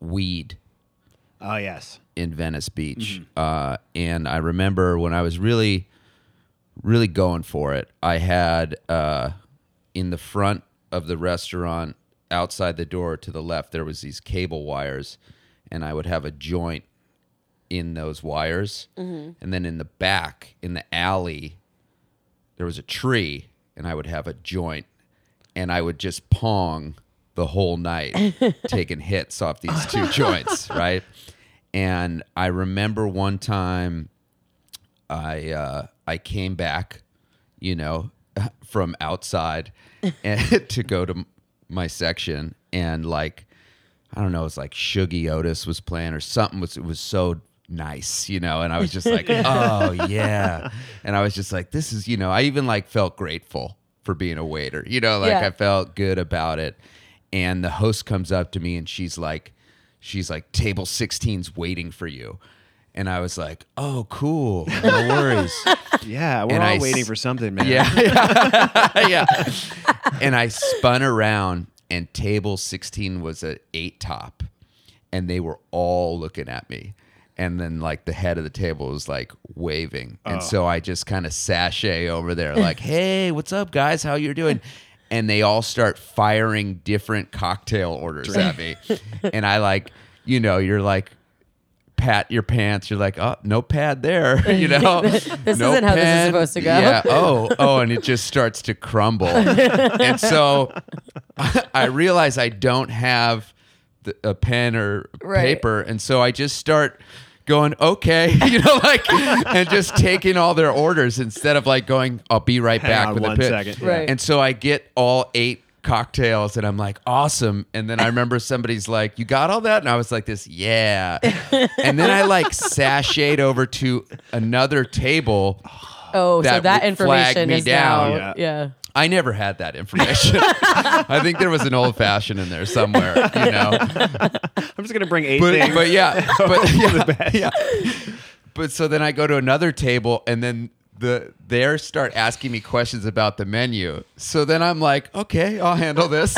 weed Oh yes. in Venice Beach. Uh, and I remember when I was really, really going for it, I had uh, in the front of the restaurant, outside the door to the left, there was these cable wires, and I would have a joint in those wires. And then in the back, in the alley, there was a tree, and I would have a joint, and I would just pong the whole night, taking hits off these two joints, right? And I remember one time I uh, I came back, you know, (laughs) from outside and (laughs) to go to m- my section and like I don't know, it's like Shuggy Otis was playing or something was it was so nice, you know, and I was just like, oh yeah. And I was just like, this is, you know, I even like felt grateful for being a waiter. You know, like Yeah. I felt good about it. And the host comes up to me and she's like, she's like, table 16's waiting for you. And I was like, oh, cool. No worries. Yeah, we're And all I waiting s- for something, man. Yeah. (laughs) yeah. And I spun around and table 16 was an eight top and they were all looking at me. And then like the head of the table was like waving. And so I just kind of sashay over there like, "Hey, what's up guys? How you doing?" And they all start firing different cocktail orders at me. and I like, you know, you're like pat your pants. You're like, oh, no pad there. (laughs) (laughs) You know, This No isn't how this is supposed to go. Yeah. Oh, oh, and it just starts (laughs) to crumble. and so (laughs) I realize I don't have the, a pen or Right. paper, and so I just start going okay (laughs) you know like and just taking all their orders instead of like going i'll be right Hang back on with a one pen second. Right. and so I get all eight cocktails and I'm like, awesome. And then I remember somebody's like, you got all that? And I was like, this, yeah. and then I like sashayed over to another table. Oh, so That that would flag information me is down. now. Yeah. Yeah. I never had that information. (laughs) I think there was an old fashioned in there somewhere, you know? I'm just gonna bring eight but, things. but yeah, but yeah, yeah. But so then I go to another table, and then the there start asking me questions about the menu. So then I'm like, okay, I'll handle this.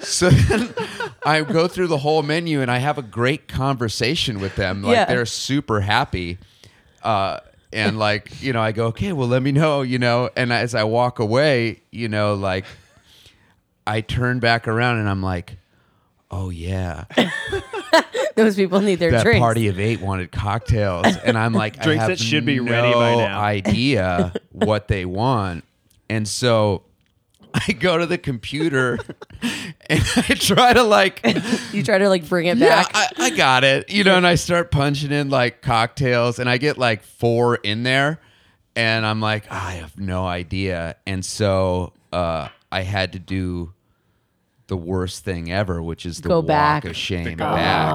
so then I go through the whole menu, and I have a great conversation with them. Like Yeah. they're super happy. Uh, and like you know, I go okay. Well, let me know. You know, and as I walk away, you know, like I turn back around and I'm like, oh yeah, Those people need their that drinks. party of eight wanted cocktails, and (laughs) I'm like, I Drinks have that should be no ready by now. (laughs) Idea what they want, and so I go to the (laughs) computer and I try to like, You try to like bring it yeah, back. I, I got it, you know, and I start punching in like cocktails, and I get like four in there, and I'm like, I have no idea, and so uh, I had to do. The worst thing ever, which is the Go walk back. of shame Go back.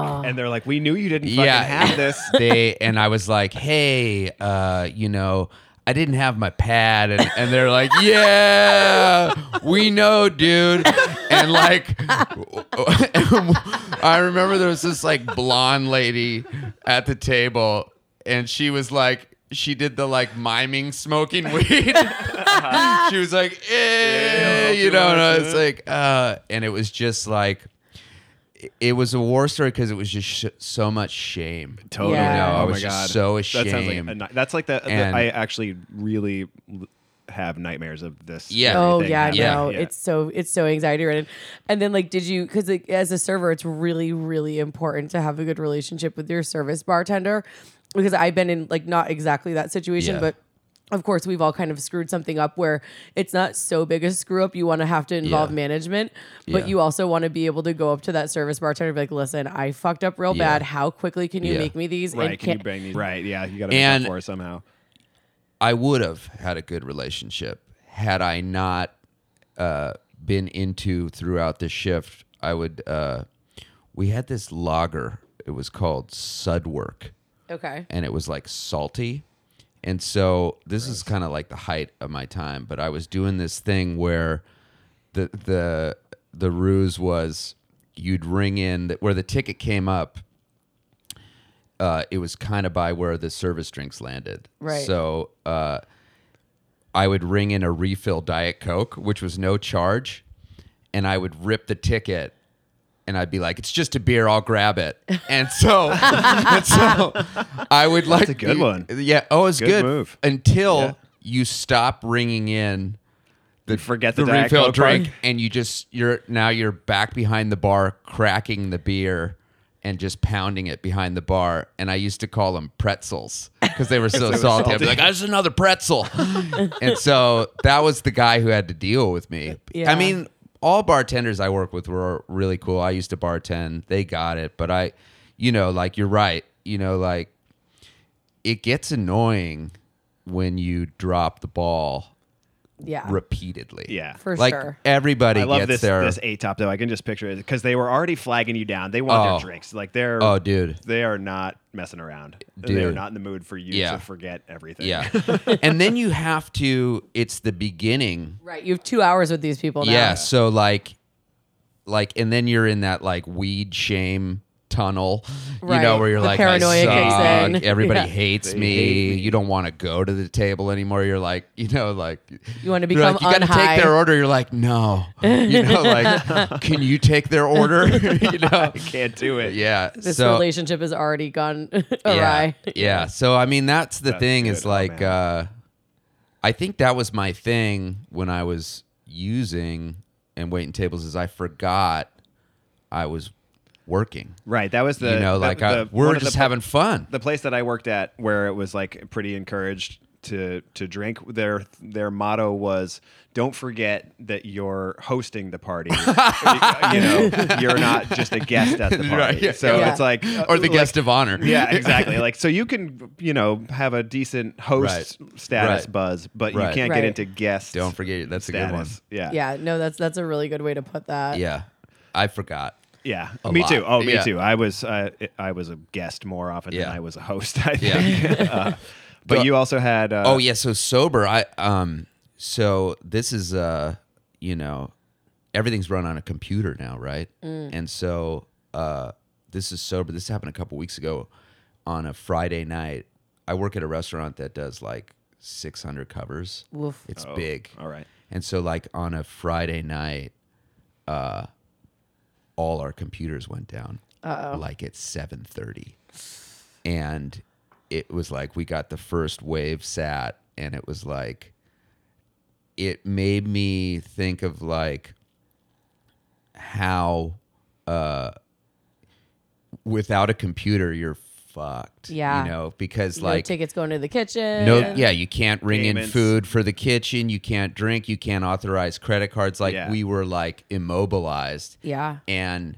(laughs) back. And they're like, we knew you didn't Yeah. fucking have (laughs) this. (laughs) they and I was like, hey, uh, you know, I didn't have my pad, and, and they're like, (laughs) yeah, we know, dude. And like, (laughs) I remember there was this like blonde lady at the table, and she was like, she did the like miming smoking (laughs) weed. Uh-huh. she was like, eh, you know, and I was like, uh, and it was just like, it was a war story because it was just sh- so much shame. Totally. Yeah. You know, I Oh was my just god. so That sounds like ashamed. a ni- that's like the, the- And- I actually really l- have nightmares of this. Yeah. very Oh thing yeah, happening. Yeah. no, it's so it's so anxiety ridden. And then like, did you? Because like, as a server, it's really really important to have a good relationship with your service bartender. Because I've been in like not exactly that situation, Yeah. but of course, we've all kind of screwed something up where it's not so big a screw up. You want to have to involve Yeah. management, but Yeah. you also want to be able to go up to that service bartender and be like, listen, I fucked up real Yeah. bad. How quickly can you Yeah. make me these? Right. And Can you can- bang these? Right. Yeah. You got to make And- up for it somehow. I would have had a good relationship had I not uh, been into throughout the shift. I would. Uh, we had this lager. It was called Sudwork, okay. and it was like salty. And so this is kind of like the height of my time, but I was doing this thing where the the the ruse was you'd ring in that where the ticket came up uh, it was kind of by where the service drinks landed. Right. So uh, I would ring in a refill Diet Coke, which was no charge, and I would rip the ticket. And I'd be like, "It's just a beer. I'll grab it." And so, (laughs) and so I would like a good be- one. Yeah. Oh, it's Good good, move. until Yeah. you stop ringing in You forget the, the Diet refill Coke drink, one. and you just you're now you're back behind the bar cracking the beer and just pounding it behind the bar. And I used to call them pretzels because they (laughs) were so salty. I'd be like, "That's another pretzel," and so that was the guy who had to deal with me. Yeah. I mean, all bartenders I work with were really cool. I used to bartend; they got it. But I, you know, like you're right. You know, like it gets annoying when you drop the ball Yeah. repeatedly. Yeah. For like sure. everybody I love gets this their this eight top though. I can just picture it because they were already flagging you down. They want Oh. their drinks. Like they're (laughs) Oh, dude. they are not messing around. They are Dude. not in the mood for you Yeah. to forget everything. yeah. and then you have to it's the beginning. Right. You have two hours with these people now. Yeah, so like like and then you're in that like weed shame tunnel, you Right. know, where you're The like, paranoia I kicks suck. in. (laughs) everybody Yeah. hates They me. hate You don't want to go to the table anymore. You're like, you know, like You want to You're become like, you gotta unhigh. take their order. You're (laughs) like, no, you know, like, can you take their order? (laughs) (laughs) you know, (laughs) Can't do it. yeah. this so, relationship has already gone (laughs) awry. Yeah. (laughs) yeah. So I mean, that's the That's thing good. is Oh, like, man. uh, I think that was my thing when I was using and waiting tables is I forgot I was working. Right. That was the you know, that- like I, the- one we're of the just pl- having fun. the place that I worked at where it was like pretty encouraged to to drink their their motto was don't forget that you're hosting the (laughs) party you know you're not just a guest at the party Right, yeah. so Yeah. it's like or the uh, like- guest of honor. (laughs) yeah exactly like so you can you know have a decent host Right. status Right. buz but you Right. can't Right. get into guest Don't forget it. That's a good one. status. yeah Yeah. No, that's that's a really good way to put that. Yeah. I forgot. Yeah, a me lot. too. Oh, me Yeah. too. I was uh, I was a guest more often than Yeah. I was a host. (laughs) I Yeah. think. uh, but But- you also had. Uh, oh yeah so sober i um so this is uh you know everything's run on a computer now right and so uh this is sober this happened a couple weeks ago on a friday night i work at a restaurant that does like 600 covers Oof. it's big All right. and so like on a friday night uh all our computers went down like at 7.30 and it was like we got the first wave sat and it was like it made me think of like how uh without a computer you're fucked Yeah. you know because no like tickets going to the kitchen. no, yeah, you can't ring in Payments. food for the kitchen. You can't drink. You can't authorize credit cards. Like Yeah. we were like immobilized, Yeah. and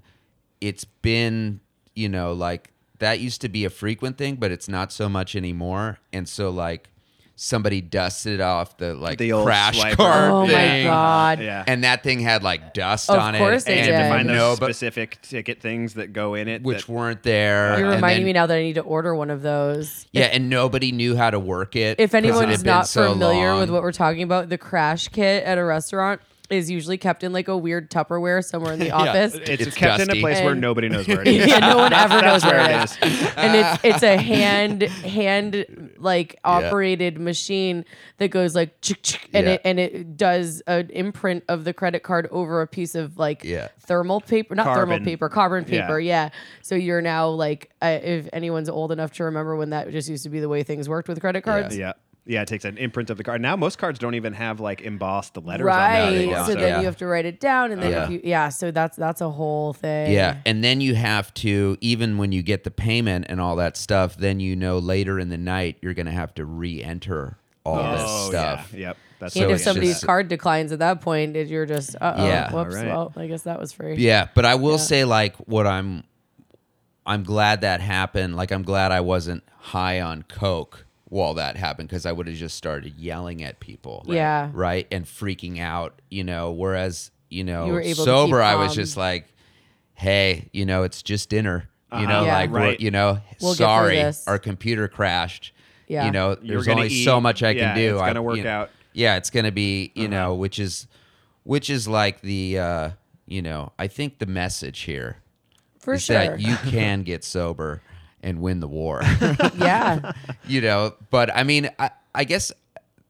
it's been you know like that used to be a frequent thing, but it's not so much anymore. And so like somebody dusted off the like The old crash swiper. card Oh my thing, god. Yeah. and that thing had like dust Of on course it, they And you did. have Yeah. to find those no, but, specific ticket things that go in it. which that- weren't there. You're and reminding then- me now that I need to order one of those. Yeah, and nobody knew how to work it. If 'cause it anyone had is been not so familiar long. with what we're talking about, the crash kit at a restaurant is usually kept in like a weird Tupperware somewhere in (laughs) the office. it's, It's kept in a dusty. place where And- nobody knows (laughs) where it is. yeah, no one ever knows That's where where it it is. And it's it's a hand hand like operated machine that goes like chick, chick, and Yeah. it and it does an imprint of the credit card over a piece of like Yeah. thermal paper, not Carbon. thermal paper, carbon Yeah. paper. Yeah. So you're now like uh, if anyone's old enough to remember when that just used to be the way things worked with credit cards. Yeah. Yeah, it takes an imprint of the card. Now most cards don't even have like embossed the letters on Right. them. don't. so then Yeah. you have to write it down and then Yeah. if you yeah, so that's that's a whole thing. Yeah, and then you have to even when you get the payment and all that stuff, then you know later in the night you're going to have to re-enter all this Oh, stuff. yeah. Yep. That's So and if it's somebody's just- card declines at that point, it, you're just, uh oh, Yeah. whoops, All right. well, I guess that was free. Yeah, but I will say like what I'm I'm glad that happened. Like I'm glad I wasn't high on coke while that happened cuz I would have just started yelling at people. Yeah. Right? And freaking out, you know, whereas, you know, You were able to sober keep I was calm. just like, "Hey, you know, it's just dinner." You know, Uh-huh. Yeah. like we're- Right. you know, We'll get through sorry, this." our computer crashed. Yeah. You know, You're there's gonna only eat. so much I Yeah, can do. it's I- gonna work you know- out. Uh-huh. yeah it's gonna be you know which is which is like the uh you know i think the message here For is sure. that you can get sober and win the (laughs) war (laughs) (laughs) Uh, yeah. you know but i mean i i guess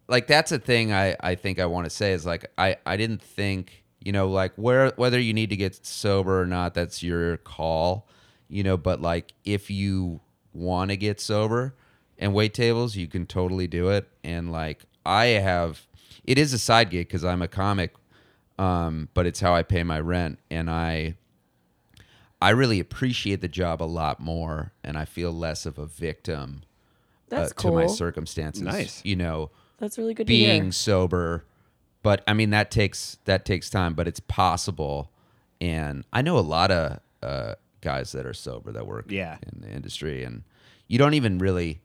like that's a thing i i think i want to say is like i i didn't think you know like where whether you need to get sober or not that's your call you know but like if you want to get sober and wait tables you can totally do it and like i have it is a side gig because i'm a comic um but it's how i pay my rent and i i really appreciate the job a lot more and i feel less of a victim That's uh, cool. to my circumstances. Nice. You know, That's really good to being hear. sober, but I mean that takes that takes time, but it's possible. And I know a lot of uh, guys that are sober that work Yeah. in the industry, and you don't even really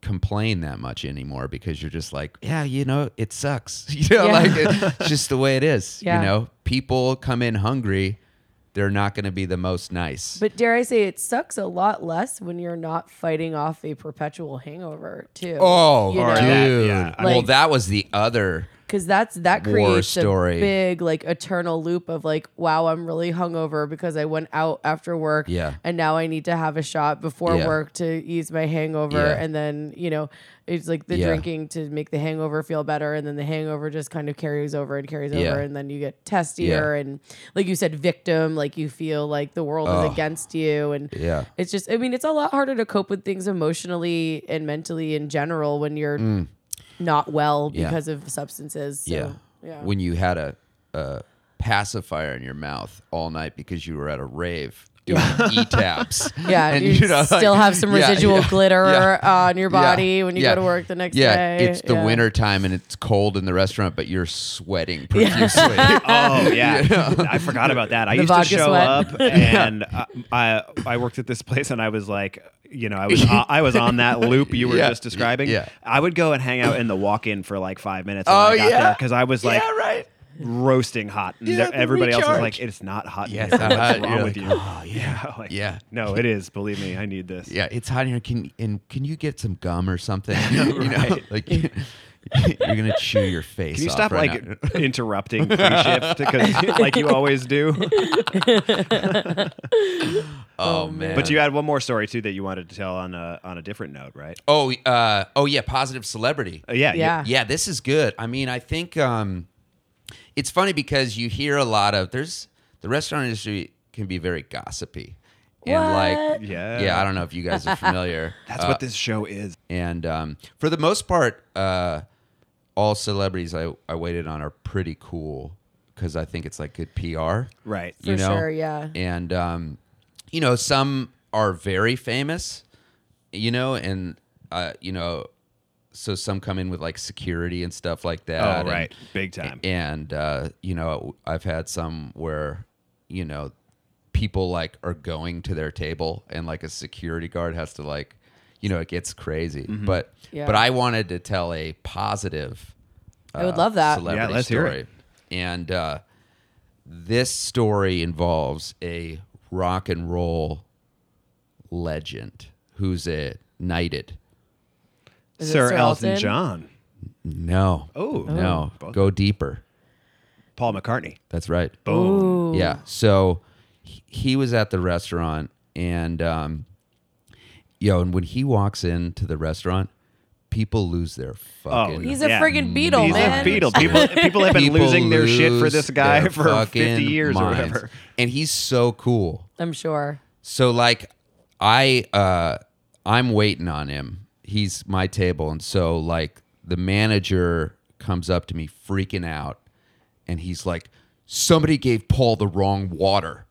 complain that much anymore because you're just like, yeah, you know, it sucks. (laughs) You know, Yeah. like (laughs) it's just the way it is. Yeah. You know, people come in hungry. They're not going to be the most nice. But dare I say, it sucks a lot less when you're not fighting off a perpetual hangover, too. Oh, you or know? that- dude. yeah. Like- well, that was the other. because that's that War creates a story. big like eternal loop of like wow i'm really hungover because i went out after work Yeah. and now i need to have a shot before Yeah. work to ease my hangover Yeah. and then you know it's like the Yeah. drinking to make the hangover feel better and then the hangover just kind of carries over and carries Yeah. over and then you get testier and like you said victim like you feel like the world is against you and Yeah. it's just i mean it's a lot harder to cope with things emotionally and mentally in general when you're not well Mm. Yeah. because of substances so, yeah. yeah When you had a, a pacifier in your mouth all night because you were at a rave doing (laughs) e tabs. yeah, you, still have some residual glitter on your body when you go to work the next yeah, day. it's the Yeah. winter time and it's cold in the restaurant, but you're sweating (laughs) profusely. (laughs) (laughs) Oh yeah, I forgot about that. I used to vodka show sweat. up, and I, I I worked at this place, and I was like, you know, I was I was on that loop you were (laughs) Yeah. just describing. Yeah. I would go and hang out in the walk-in for like five minutes. When Oh, I got yeah. because I was like yeah, right. roasting hot, and Yeah, there- everybody else was recharge. like, it's not hot. in Yeah, here. it's not What's hot. wrong You're with (laughs) like, you? Oh yeah, like, Yeah. No, it is. Believe me, I need this. Yeah, it's hot in here. Can and can you get some gum or (laughs) something? (laughs) You know, like (laughs) you're gonna chew your face. Can you off stop right now. (laughs) like interrupting pre-shift because like you always do? Oh man! But you had one more story too that you wanted to tell on a on a different note, right? Oh, uh, oh yeah, positive celebrity. Uh, yeah, Yeah. Yeah, this is good. I mean, I think um, it's funny because you hear a lot of there's the restaurant industry can be very gossipy and like What? Yeah. yeah. I don't know if you guys are familiar. That's Uh, what this show is. and um, for the most part, uh, all celebrities I, I waited on are pretty cool because I think it's like good PR. Right. For sure, yeah. And um, you know, some are very famous, you know, and uh, you know, so some come in with like security and stuff like that. Oh, and- right. Big time. And uh, you know, I've had some where you know people like are going to their table and like a security guard has to like you know it gets crazy Mm-hmm. but Yeah. but i wanted to tell a positive I Uh, would love that. celebrity Yeah, let's hear story. it. And uh, this story involves a rock and roll legend who's a knighted. Is it Sir, Sir Elton, Elton? John, No. Oh. no. Oh. Go deeper. Paul McCartney. That's right. Boom. Ooh. Yeah. So he, he was at the restaurant and um yo, and when he walks into the restaurant, people lose their fucking yeah. He's a Oh, Yeah. friggin' Beatle, He's He's man. a (laughs) Beatle. People, people have been People losing their shit for lose this guy their for fifty fucking years or minds. whatever. And he's so cool. I'm sure. So like I uh I'm waiting on him. He's my table and so like the manager comes up to me freaking out and he's (laughs) like somebody gave Paul the wrong water.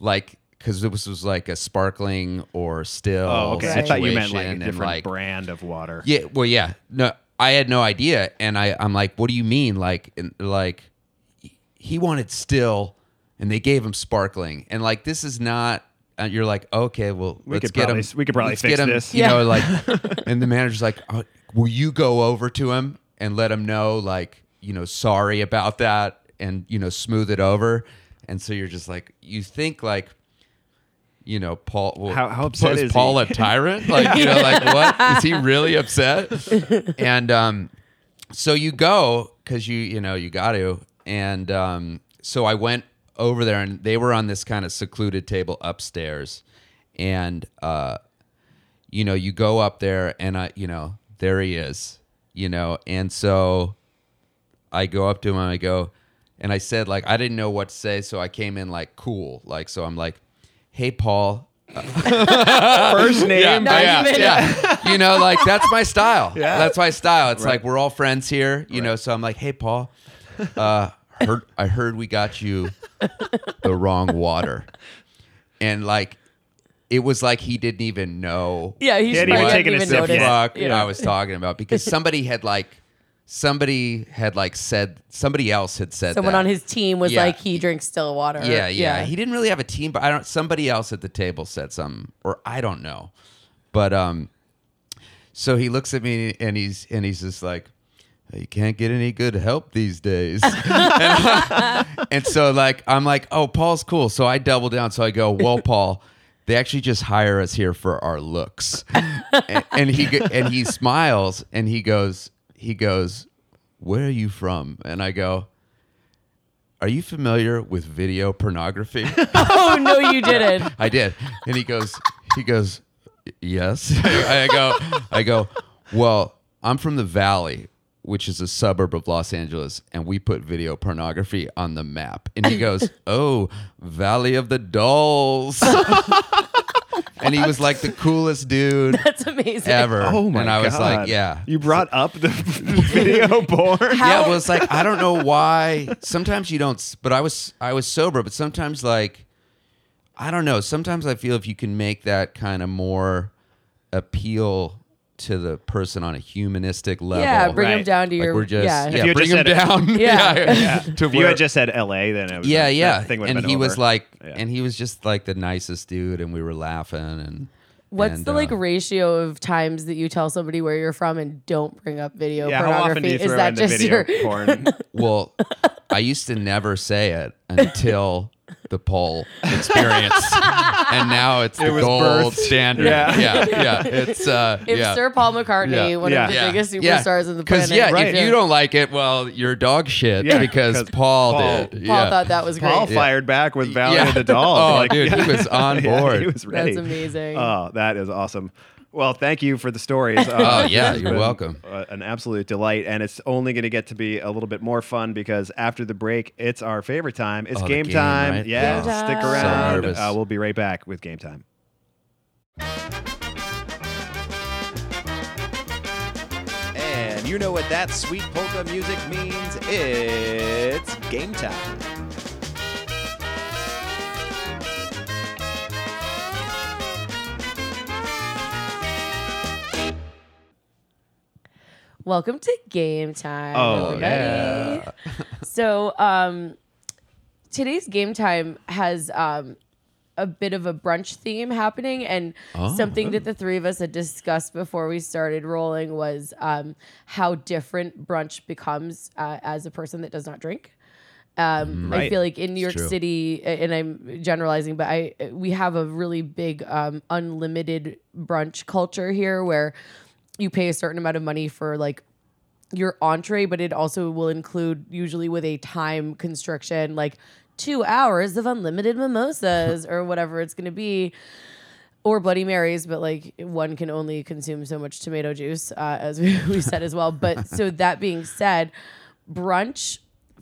like because this was like a sparkling or still. Oh, okay. I Right. thought you meant like situation a and, different like, brand of water. Yeah, well, yeah. No, I had no idea, and I, I'm like, what do you mean? Like, and, like he wanted still, and they gave him sparkling, and like this is not. uh, you're like, okay, well, We let's could get probably- him. we could probably let's fix get him, this. You Yeah. know, like, (laughs) and the manager's like, oh, will you go over to him and let him know, like, you know, sorry about that, and you know, smooth it over. And so you're just like, you think like, you know, Paul. Well, How- how upset was is Paul he? (laughs) a tyrant? Like, you know, like what is he really upset? And um, so you go because you you know you got to. And um, so I went over there, and they were on this kind of secluded table upstairs, and uh, you know, you go up there, and I, you know, there he is, you know, and so I go up to him and I go, and I said like I didn't know what to say, so I came in like cool, like so I'm like, hey Paul, First (laughs) name. Nice yeah, minute. yeah. you know, like that's my style. (laughs) Yeah. that's my style. It's Right. like we're all friends here, you know. So I'm like, hey Paul, uh, heard I heard we got you the wrong water, and like it was like he didn't even know Yeah, he should didn't even probably take it hadn't a sip even the notice. noticed. yet. fuck Yeah. I was talking about because somebody had like somebody had like said somebody else had said Someone that. on his team was Yeah. like, he drinks still water. yeah, (laughs) yeah he didn't really have a team but I don't somebody else at the table said something or I don't know but um so he looks at me and he's and he's just like you can't get any good help these days (laughs) and so like I'm like, oh, Paul's cool. So I double down. So I go, well, Paul, they actually just hire us here for our looks. and, and he go- and he smiles and he goes, he goes, where are you from? And I go, are you familiar with video pornography? (laughs) oh, no, you didn't. (laughs) I did. And he goes, he goes, yes. (laughs) I go, I go, well, I'm from the Valley, which is a suburb of Los Angeles, and we put video pornography on the map. And (laughs) he goes, oh, Valley of the Dolls. (laughs) and he was like the coolest dude That's amazing. ever. Oh my and I was God. like, yeah. You brought up the (laughs) (laughs) video porn. yeah, well, it's like I don't know why. Sometimes you don't, s- but I was I was sober, but sometimes like I don't know. Sometimes I feel if you can make that kind of more appeal to the person on a humanistic level, Yeah, bring him Right. down to like your. we're just yeah. yeah, If you bring just him said it- (laughs) down, (laughs) Yeah. to If you had just said L.A., then it was yeah, yeah, Thing and he was like, Yeah. and he was just like the nicest dude, and we were laughing and. What's and, the uh, like ratio of times that you tell somebody where you're from and don't bring up video yeah. How pornography? often do you Is throw that in the just video your? porn? (laughs) Well, I used to never say it until the poll experience, and now it's the was gold birthed. standard. Yeah. Yeah, yeah, It's uh, (laughs) If yeah. Sir Paul McCartney, Yeah. one Yeah. of the Yeah. biggest Yeah. superstars of the planet, Because yeah, Right. if you don't like it, well, you're dog shit Yeah, because 'cause Paul, Paul- did. Paul yeah. thought that was great. Paul fired back with Valley Yeah. of the Dolls. (laughs) Oh, dude, he was (laughs) on Yeah, board. he was ready. That's amazing. Oh, that is awesome. Well, thank you for the (laughs) stories. Uh, Oh, yeah, it's you're been, welcome. uh, an absolute delight, and it's only going to get to be a little bit more fun because after the break, it's our favorite time. It's Oh, the game, game, time. right? Yeah, Game stick time. So around. nervous. uh, we'll be right back with game time. And you know what that sweet polka music means? It's game time. Welcome to game time. Oh, everybody. so, um, today's game time has um, a bit of a brunch theme happening, and something that the three of us had discussed before we started rolling was um, how different brunch becomes uh, as a person that does not drink. Um, I Right. feel like in New York true. City, a- and I'm generalizing, but I we have a really big um, unlimited brunch culture here, where you pay a certain amount of money for like your entree, but it also will include usually with a time constriction, like two hours of unlimited mimosas or whatever it's going to be, or Bloody Marys. But like one can only consume so much tomato juice, uh, as (laughs) we, we said as well. But so that being said, brunch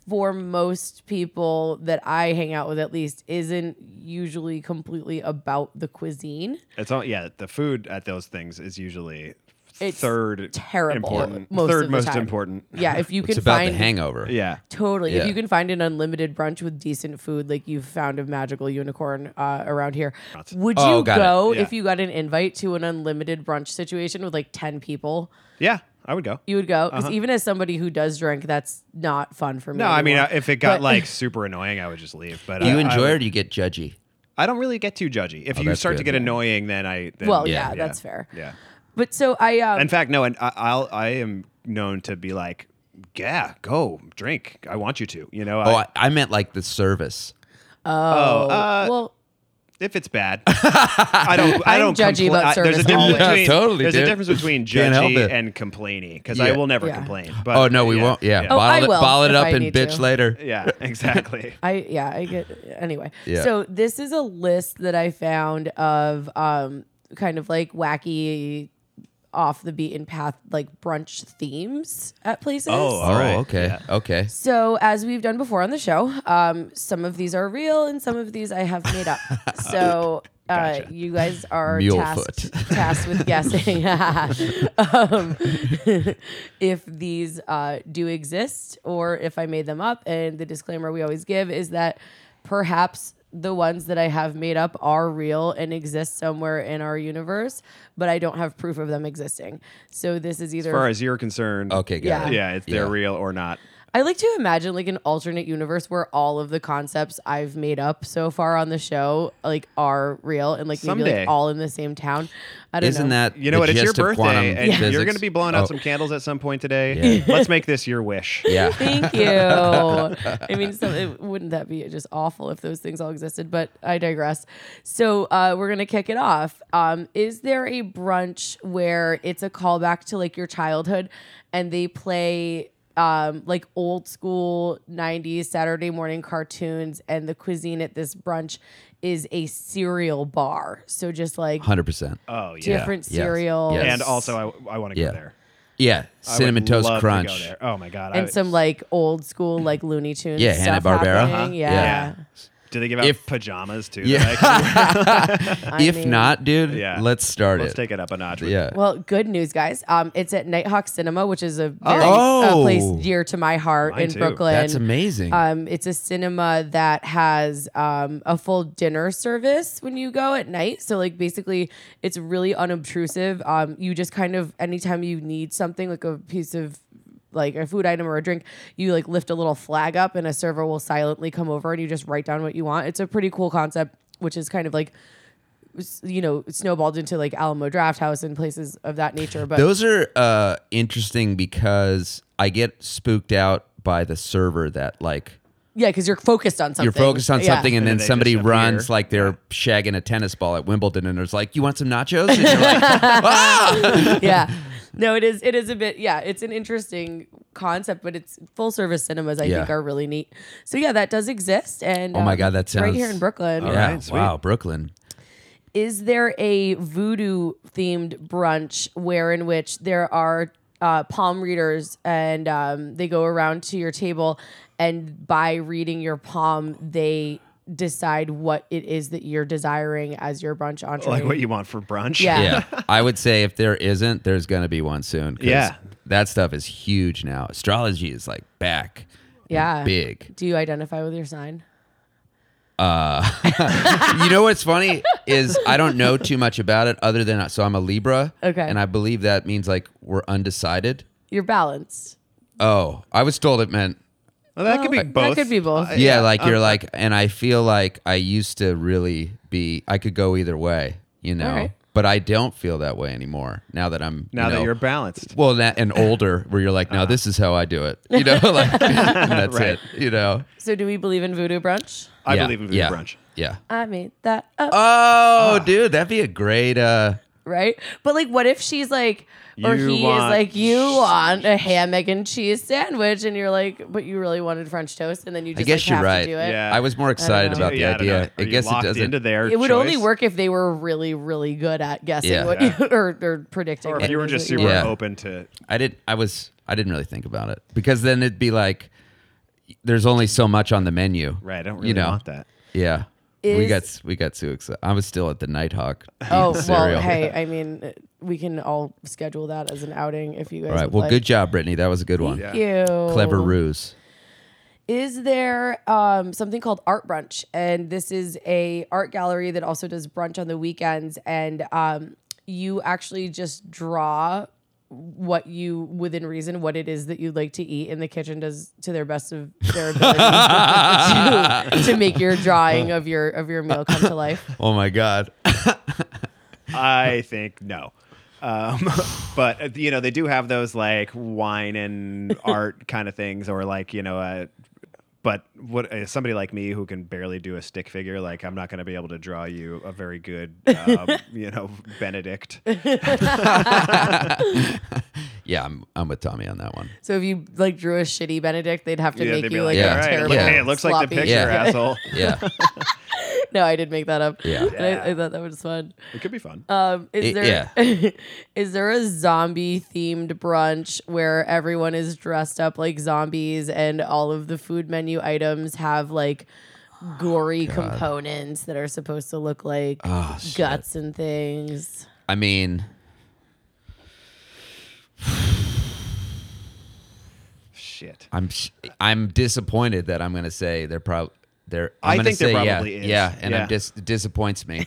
for most people that I hang out with, at least, isn't usually completely about the cuisine. It's all yeah. The food at those things is usually It's third terrible important, most third of the most time. important. Yeah, if you It's can about find the hangover. Yeah. Totally. Yeah. If you can find an unlimited brunch with decent food, like you've found a magical unicorn uh, around here, would you Oh, got it. go Yeah. if you got an invite to an unlimited brunch situation with like 10 people? Yeah, I would go. You would go? Because even as somebody who does drink, that's not fun for me. Uh-huh. No, I mean, anymore. I- if it got (laughs) But- like super annoying, I would just leave. But Do you I, enjoy I, it or do you get judgy? I don't really get too judgy. If you that's start to good. get annoying, then I. Then, Well, yeah, that's fair. Yeah. But so I. Um, In fact, no, and I, I'll I am known to be like, yeah, go drink. I want you to. You know, Oh, I, I, I meant like the service. oh, uh, well, if it's (laughs) bad, I don't. I I'm don't. judgy about I- there's a service difference always. Yeah, between totally, there's a dude. difference between Can't help judgy it. and complaining because I Yeah. will never Yeah. complain. But oh no, we won't. Yeah, Uh, yeah, Oh, I bottle it, will bottle it if up I and need bitch to. later. (laughs) Yeah, exactly. (laughs) I yeah, I get anyway. Yeah. So this is a list that I found of um kind of like wacky off the beaten path like brunch themes at places. Oh, Oh, Alright, okay, okay. So as we've done before on the show, um, some of these are real and some of these I have made up. so uh, Gotcha. you guys are tasked, (laughs) Mulefoot. tasked with guessing (laughs) um, (laughs) if these uh, do exist or if I made them up. And the disclaimer we always give is that perhaps the ones that I have made up are real and exist somewhere in our universe, but I don't have proof of them existing. So this is either As far as you're concerned, Okay, got Yeah. it. Yeah, if they're Yeah. real or not. I like to imagine like an alternate universe where all of the concepts I've made up so far on the show like are real and like maybe Someday. like all in the same town. I don't Isn't know. that You know the what? It's your gist of birthday, quantum and you're physics? going to be blowing out Oh, some candles at some point today. (laughs) Yeah. Let's make this your wish. (laughs) (laughs) Yeah, Thank you. I mean, so it, wouldn't that be just awful if those things all existed? But I digress. So uh, we're gonna kick it off. Um, is there a brunch where it's a callback to like your childhood, and they play um, like old school '90s Saturday morning cartoons, and the cuisine at this brunch is a cereal bar. So just like hundred percent. Oh yeah, different yes, cereals, yes. and also I, I want to Yeah. go there. Yeah, I would cinnamon toast love to go crunch. there. Oh my god! I and would- some like old school like Looney Tunes. Yeah, stuff Hanna-Barbera. Uh-huh. happening. Yeah. yeah. do they give out if- pajamas too? Yeah. They're (laughs) like, I If mean- not, dude, Yeah. let's start Let's it. take it up a notch. with- yeah. Well, good news, guys. Um, it's at Nighthawk Cinema, which is a very Oh. uh, place dear to my heart Mine in too. Brooklyn. That's amazing. um, it's a cinema that has um, a full dinner service when you go at night. So, like, basically, it's really unobtrusive. Um, you just kind of, anytime you need something, like a piece of like a food item or a drink, you like lift a little flag up and a server will silently come over and you just write down what you want. It's a pretty cool concept, which is kind of like, s- you know, snowballed into like Alamo Draft House and places of that nature. But Those are uh, interesting because I get spooked out by the server that like yeah, because you're focused on something. you're focused on Yeah. something and And then (laughs) then they somebody just runs appear. like they're shagging a tennis ball at Wimbledon and there's like, you want some (laughs) nachos? And you're like, yeah. No, it is. It is a bit. Yeah, it's an interesting concept, but it's full service cinemas. I Yeah. think are really neat. So yeah, that does exist. And oh my um, God, that it's sounds right here in Brooklyn. Yeah, right, sweet. wow, Brooklyn. Is there a voodoo themed brunch where in which there are uh, palm readers and um, they go around to your table and by reading your palm they decide what it is that you're desiring as your brunch (laughs) entree. like what you want for brunch. Yeah. Yeah, (laughs) I would say if there isn't, there's gonna be one soon. 'cause Yeah. that stuff is huge now. Astrology is like back. and Yeah. big. Do you identify with your sign? you know what's funny is I don't know too much about it other than so I'm a Libra. Okay. And I believe that means like we're undecided. You're balanced. Oh, I was told it meant Well, that could be both. That could be both. yeah, like you're like, and I feel like I used to really be. I could go either way, you know. right. But I don't feel that way anymore now that I'm now you know, that you're balanced. well (laughs) that and older, where you're like, no, this is how I do it, you know. like (laughs) and that's Uh-huh. Right. it, you know. So, do we believe in voodoo brunch? I Yeah, believe in food yeah, brunch. Ah. Yeah. I made that up, Oh, dude, that'd be a great. uh right? But like, what if she's like, or You he is want- like, you want a ham, egg, and cheese sandwich, and you're like, but you really wanted French toast, and then you just guess like, you're have right. to do it. Yeah. I was more excited know. about the Yeah, I don't know. idea. I Are you guess it locked doesn't. into their It would only choice? work if they were really, really good at guessing Yeah. what you (laughs) or, or predicting. Or what if you it were is just that you super want. Yeah. open to. I didn't. I was. I didn't really think about it because then it'd be like, there's only so much on the menu. Right, I don't you really know? want that. Yeah. is we got s- we got too excited. I was still at (laughs) the Nighthawk. eating Oh well, cereal. hey, I mean, uh, we can all schedule that as an outing if you guys. All right. would Well, like. good job, Brittany. That was a good one. Thank you. Clever ruse. is there um, something called art brunch and this is a art gallery that also does brunch on the weekends and um, you actually just draw what you within reason what it is that you'd like to eat and the kitchen does to their best of their ability to, to make your drawing of your of your meal come to life Oh my God. (laughs) I (laughs) think no. Um, (laughs) but uh, you know, they do have those like wine (laughs) and art kind of things, or like you know, uh, but what uh, somebody like me who can barely do a stick figure, like I'm not going to be able to draw you a very (laughs) good, um, you know, Benedict. Yeah, I'm I'm with Tommy on that one. so if you like drew a shitty benedict they'd have to Yeah, make they'd you be like like, a Yeah. all right, terrible look, hey, it looks like the sloppy- picture, (laughs) Yeah. asshole. Yeah. no i did make that up Yeah. And I, I thought that was fun It could be fun. Um, is It- there (laughs) is there a zombie themed brunch where everyone is dressed up like zombies and all of the food menu items have like gory components that are supposed to look like Oh, shit. guts and things? I mean, Shit. I'm sh- I'm disappointed that I'm gonna say they're probably they're. I'm I gonna think there say probably yeah, is. yeah, and Yeah. it dis- disappoints (laughs) me.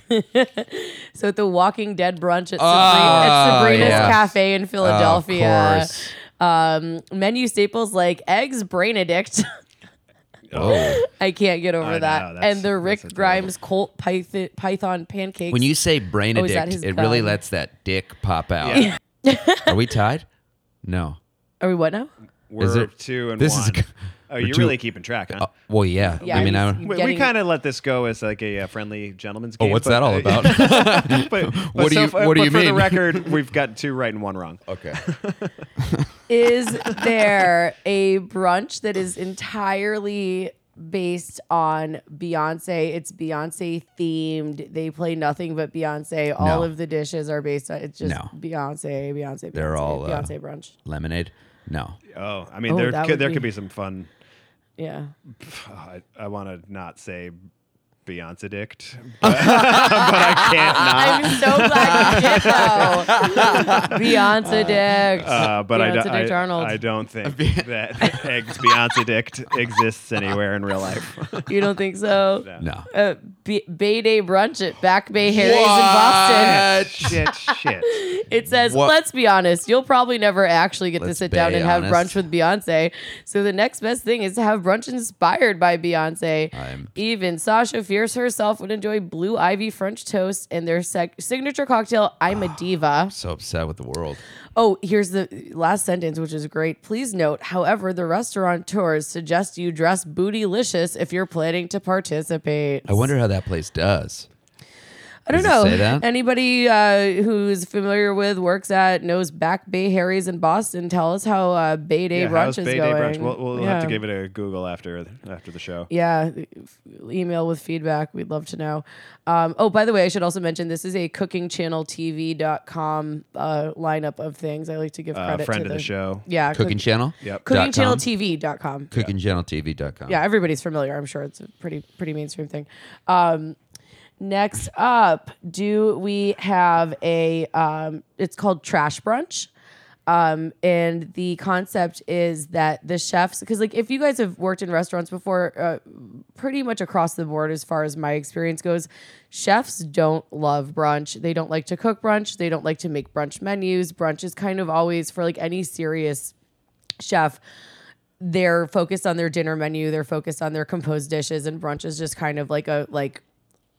So at the Walking Dead brunch at, Sabrina, Oh, at Sabrina's yeah. Cafe in Of Philadelphia, course. um, menu staples like eggs, brain addict. (laughs) Oh. I can't get over I know, that. that's- and the that's Rick adorable. Grimes Colt Python, Python pancakes. When you say brain Oh, is that addict, his it really gun? lets that dick pop out. (laughs) Yeah. Are we tied? No. are we what now? We're there- two and this is one. g- oh, we're you're two- really keeping track, huh? Uh, well, yeah. Yeah, I mean, I I. was- (laughs) we we getting- kind of let this go as like a, uh friendly gentleman's Oh, game. (laughs) what's but- that all (laughs) about? but, but What do so you- far- what do but you For the mean? (laughs) Oh, record, we've got two right and one wrong. okay. is there a brunch that is entirely based on Beyonce? It's Beyonce themed. They play nothing but Beyonce. All No. of the dishes are based on it's just No. Beyonce, Beyonce, They're Beyonce, all, uh, Beyonce brunch. Lemonade. No. Oh, I mean, Oh, there that could, would there be- could be some fun. Yeah. I, I want to not say Beyonce (laughs) addict, but, (laughs) but I can't not. (laughs) I'm so glad you did though. (laughs) Beyonce dick. (laughs) Uh, but I, Beyonce do, Dick Arnold. I, I don't think (laughs) that eggs Beyonce addict exists anywhere in real (laughs) life. you don't think so? (laughs) No. Uh, B- Bay Day brunch at Back Bay Harry's in Boston. (laughs) shit, shit. It says, What- let's be honest, you'll probably never actually get to Let's sit down be and have honest. brunch with Beyonce. So the next best thing is to have brunch inspired by Beyonce. I'm- Even Sasha Fierce herself would enjoy Blue Ivy French toast and their sec- signature cocktail, I'm Ah. a Diva. So upset with the world. Oh, here's the last sentence, which is great. Please note, however, the restaurateurs suggest you dress bootylicious if you're planning to participate. I wonder how that place does. I don't Does know. it say that? Anybody uh, who's familiar with, works at, knows Back Bay Harry's in Boston, tell us how uh, Bay Day Yeah, Brunch how's is Bay Day going. brunch? We'll, we'll yeah. have to give it a Google after after the show. Yeah, f- email with feedback. We'd love to know. Um, oh, by the way, I should also mention this is a cookingchanneltv.com uh, lineup of things. I like to give Uh, credit friend to of the, show. Yeah, Cooking cook- Channel. Yep. dot com? cookingchanneltv.com. CookingChannelTV.com. yeah, everybody's familiar. I'm sure it's a pretty pretty mainstream thing. Um, next up, do we have a? Um, it's called Trash Brunch. Um, and the concept is that the chefs, because like if you guys have worked in restaurants before, uh, pretty much across the board as far as my experience goes, chefs don't love brunch. They don't like to cook brunch. They don't like to make brunch menus. Brunch is kind of always for like any serious chef they're focused on their dinner menu they're focused on their composed dishes and brunch is just kind of like a like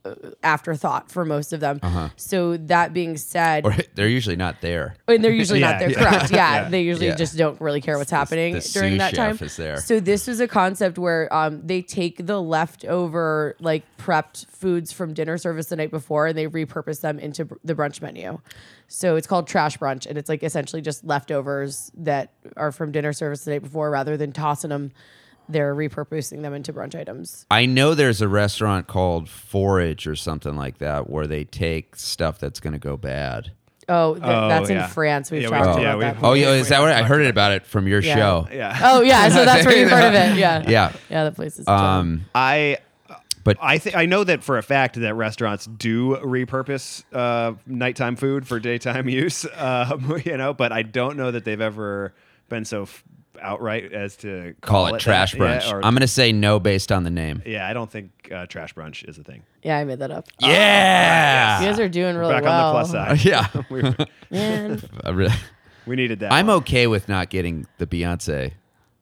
uh, afterthought for most of them so that being said Or (laughs) they're usually not there. and they're usually not Yeah, there correct (laughs) yeah, Yeah. they usually Yeah. just don't really care what's happening the sous during that chef time is there. so this was a concept where um, they take the leftover like prepped foods from dinner service the night before and they repurpose them into br- the brunch menu so it's called trash brunch and it's like essentially just leftovers that are from dinner service the night before rather than tossing them they're repurposing them into brunch items I know there's a restaurant called Forage or something like that where they take stuff that's going to go bad. oh, th- Oh, that's yeah. in france we've Yeah, we- talked yeah, about we- that (laughs) Oh, yeah. Is that what I heard it about it from your Yeah. show? Yeah. (laughs) oh yeah so that's where you've heard of it yeah Yeah. yeah that place is Um, I But I think I know that for a fact that restaurants do repurpose uh, nighttime food for daytime (laughs) use. Um, (laughs) you know, but I don't know that they've ever been so f- outright as to call, call, it trash that. brunch. Yeah, or- I'm gonna say no based on the name. yeah, I don't think uh, trash brunch is a thing. Yeah, I made that up. Oh, You Yeah. guys are doing really Ah, Back well. on the plus side, (laughs) Yeah. we, Man, I really- we needed that. I'm one. okay with not getting the Beyonce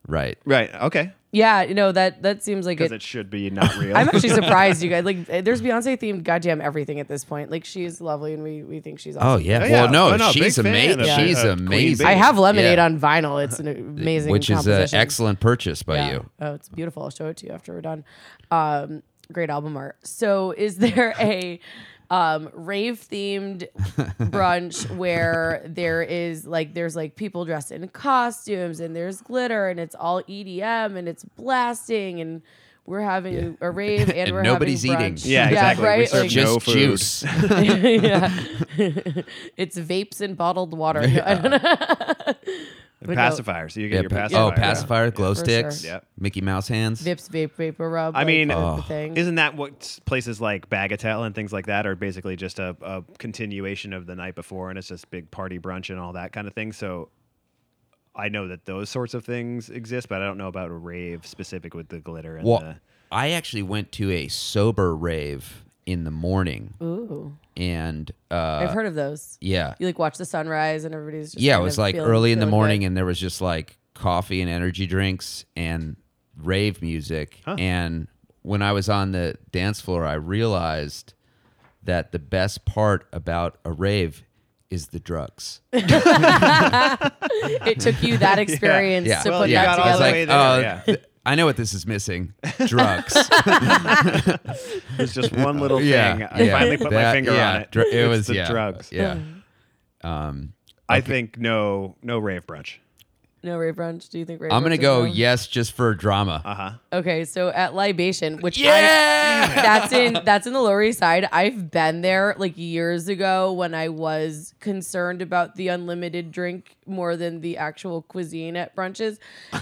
right. right. Okay, (laughs) yeah, you know that that seems (laughs) like because it. it should be (laughs) not real. (laughs) I'm actually (laughs) surprised you guys like. eh, There's Beyonce themed goddamn everything at this point. Like she's lovely, and we we think she's Oh awesome. yeah. Oh, well, yeah. no, Oh, no, she's big fan amazing. of, uh, she's Queen amazing. Bee. I have lemonade Yeah. Uh, on vinyl. It's an amazing, which is an composition. excellent purchase by Yeah. you. Oh, it's beautiful. I'll show it to you after we're done. Um, great album art. So, is (laughs) there a um, rave (laughs) themed brunch where there is like there's like people dressed in costumes and there's glitter and it's all EDM and it's blasting and we're having a (laughs) rave and, And we're nobody's having eating. brunch. Yeah, exactly. We right. serve Like- No Just food. juice. (laughs) yeah. (laughs) it's vapes and bottled water. No, (laughs) I don't know. But no, pacifier. So you get Yeah, (laughs) your pa- pacifier. Oh, pacifier, glow For sticks, sure. Yep. Mickey Mouse hands. Vips vape vapor rub. I mean, like, Oh. the thing. Isn't that what s- places like Bagatelle and things like that are basically just a, a continuation of the night before, and it's just big party brunch and all that kind of thing. So I know that those sorts of things exist, but I don't know about a rave specific with the glitter and uh, Well, the. I actually went to a sober rave in the morning, Ooh, and uh, I've heard of those. yeah, You like watch the sunrise and everybody's just yeah, it kind was of like feeling- early in the feeling morning, good. and there was just like coffee and energy drinks and rave music. And when I was on the dance floor, I realized that the best part about a rave is (laughs) the drugs. it took you that experience (laughs) Yeah, to Well, put you that got all the together. way there, oh, yeah. th- I know what this (laughs) is missing: drugs. It's just (laughs) one little thing. I yeah. finally put my That- finger yeah, on it. dr- it It's was the yeah, drugs. Yeah. I think no, no rave brunch. no rave brunch. Do you think rave I'm gonna brunch is go wrong? yes just for drama. Uh huh. Okay, so at libation, which I- Yeah! that's in that's in the Lower East Side. I've been there like years ago when I was concerned about the unlimited drink more than the actual cuisine at brunches,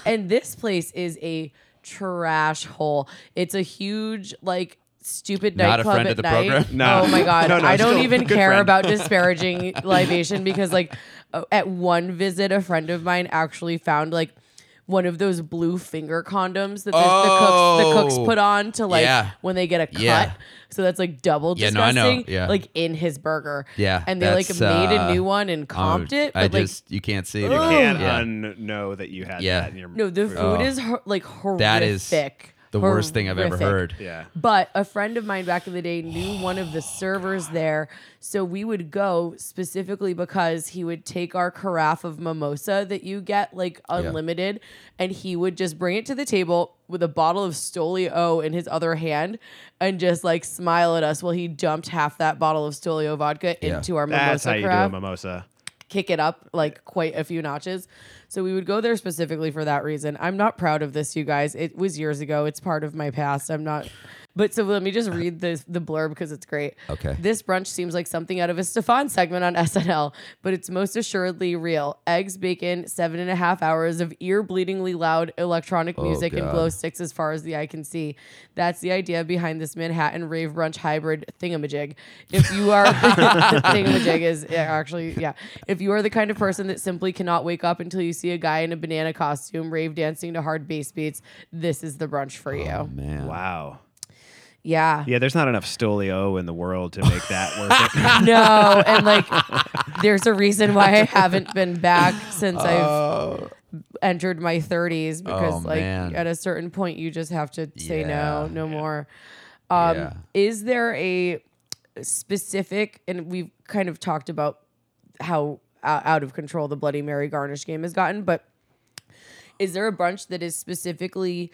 and this place is a trash hole. It's a huge like. Stupid Not a nightclub friend at of the night. program? No. Oh my god! No, no, I don't still even good care friend. about disparaging (laughs) libation because like uh, at one visit, a friend of mine actually found like one of those blue finger condoms that the, the cooks the Oh. cooks put on to like Yeah. when they get a cut. Yeah. So that's like double Yeah, no, I disgusting. know. Yeah. Like in his burger. Yeah, And they like that's, made uh, a new one and Um, comped it. But I like just you can't see it. You anymore. can't Oh, Yeah. unknow that you had Yeah. that in your. no, the food Oh. is hor- like horrific. That is the worst thing I've ever Horrific. heard. Yeah. But a friend of mine back in the day knew one of the servers there. So we would go specifically because he would take our carafe of mimosa that you get like unlimited and he would just bring it to the table with a bottle of Stolio in his other hand and just like smile at us while he dumped half that bottle of Stolio vodka Yeah. into our That's mimosa how you do a carafe mimosa. kick it up like quite a few notches. So we would go there specifically for that reason. I'm not proud of this, you guys. It was years ago. It's part of my past. I'm not. But so let me just read the the blurb because it's great. Okay. This brunch seems like something out of a Stefan segment on SNL, but it's most assuredly real. Eggs, bacon, seven and a half hours of ear bleedingly loud electronic music and Oh, God. glow sticks as far as the eye can see. That's the idea behind this Manhattan rave brunch hybrid thingamajig. If you (laughs) are thingamajig is yeah, actually yeah. If you are the kind of person that simply cannot wake up until you see a guy in a banana costume rave dancing to hard bass beats, this is the brunch for you. Oh man. Wow. Yeah. Yeah, there's not enough Stolio in the world to make that worth (laughs) it. No, and like there's a reason why I haven't been back since I've entered my 30s because Oh, like man. at a certain point you just have to say no, Yeah. no more. Um Yeah. is there a specific and we've kind of talked about how uh, out of control the bloody mary garnish game has gotten, but is there a brunch that is specifically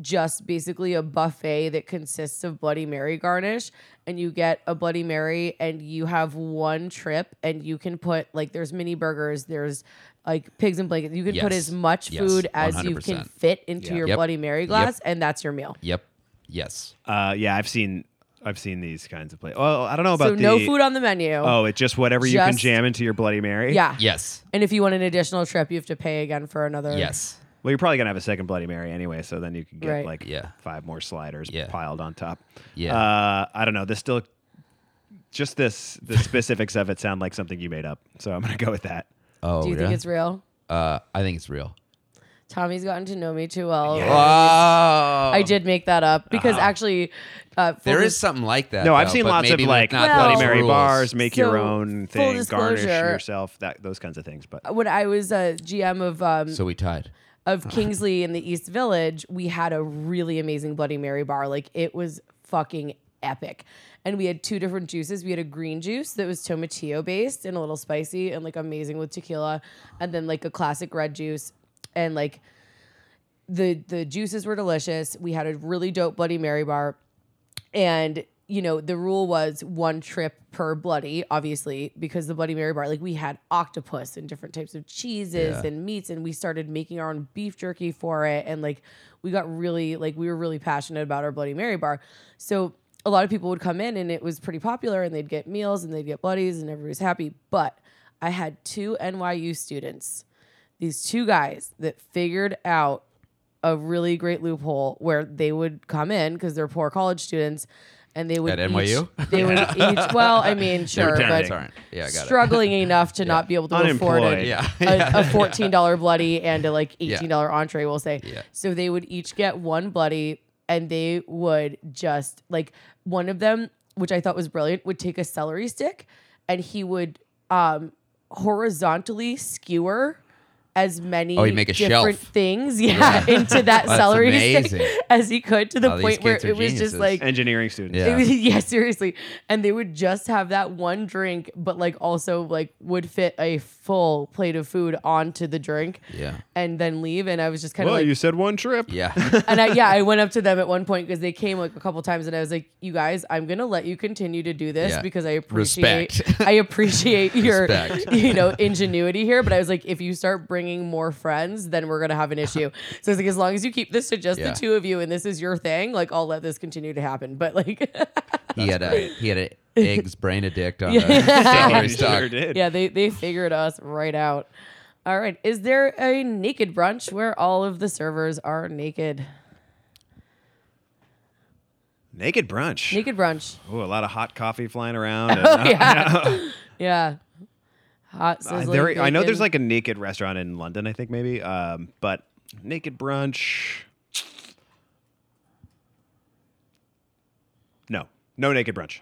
just basically a buffet that consists of Bloody Mary garnish and you get a Bloody Mary and you have one trip and you can put like there's mini burgers, there's like pigs and blankets. You can put Yes. as much Yes, food as you can 100%. fit into your Yep. Bloody Mary glass and that's your meal. Yep. Yes. Uh, yeah, I've seen I've seen these kinds of places. Well, I don't know about so the no food on the menu. Oh, it's just whatever you can Just- jam into your Bloody Mary. yeah. Yes. And if you want an additional trip, you have to pay again for another Yes. Well, you're probably gonna have a second Bloody Mary anyway, so then you can get Right. like Yeah. five more sliders Yeah. piled on top. Yeah. Uh, I don't know. This still, just this the (laughs) specifics of it sound like something you made up, so I'm gonna go with that. Oh, Do you think it's real? Uh, I think it's real. Tommy's gotten to know me too well. Oh, I I did make that up because actually, uh, full There dis- is something like that. No, I've though, seen but lots of maybe with like not Well- Bloody those Mary rules. bars, make your So, own thing, full garnish disclosure- yourself, that those kinds of things. But when I was a GM of um, So we tied. of Kingsley in the East Village, we had a really amazing Bloody Mary bar. Like it was fucking epic. And we had two different juices. We had a green juice that was tomatillo based and a little spicy and like amazing with tequila, and then like a classic red juice. And like the the juices were delicious. We had a really dope Bloody Mary bar. And you know, the rule was one trip per bloody, obviously, because the Bloody Mary bar, like we had octopus and different types of cheeses Yeah. and meats, and we started making our own beef jerky for it. And like we got really, like, we were really passionate about our Bloody Mary bar. So a lot of people would come in and it was pretty popular and they'd get meals and they'd get bloodies and everybody was happy. But I had two NYU students, these two guys that figured out a really great loophole where they would come in because they're poor college students and they would At NYU? each- they would each well I mean sure parents but aren't. Yeah, I got it. struggling enough to not be able to afford Unemployed. (laughs) a, (laughs) Yeah. a, a fourteen dollar bloody and a like eighteen dollar entree we'll say Yeah. so they would each get one bloody and they would just like one of them which I thought was brilliant would take a celery stick and he would um horizontally skewer as many Oh, he'd make a different shelf. things (laughs) yeah, into that That's celery amazing. stick (laughs) as he could to the Oh, these point where kids are it was just geniuses. like engineering students, Yeah. it was- (laughs) yeah, seriously. And they would just have that one drink, but like also like would fit a full plate of food onto the drink. Yeah. And then leave. And I was just kind of well, like, you said one trip. Yeah. and I, yeah, (laughs) I went up to them at one point because they came like a couple times, and I was like, "You guys, I'm gonna let you continue to do this Yeah. because I appreciate, Respect. (laughs) I appreciate your, Respect. (laughs) you know, ingenuity here." But I was like, "If you start bringing more friends, then we're gonna have an (laughs) issue." So I was like, "As long as you keep this to just Yeah. the two of you, and this is your thing, like I'll let this continue to happen." But like, (laughs) he had a he had a eggs brain addict on a Yeah, (laughs) celery you stalk. sure did. yeah, they they figured us right out. All right, is there a naked brunch where all of the servers are naked? Naked brunch. (laughs) Naked brunch. Ooh, a lot of hot coffee flying (laughs) around. and- yeah. yeah. Hot Uh, sizzling. there, I know there's bacon. like a naked restaurant in London, I think maybe, um, but naked brunch. No, no naked brunch.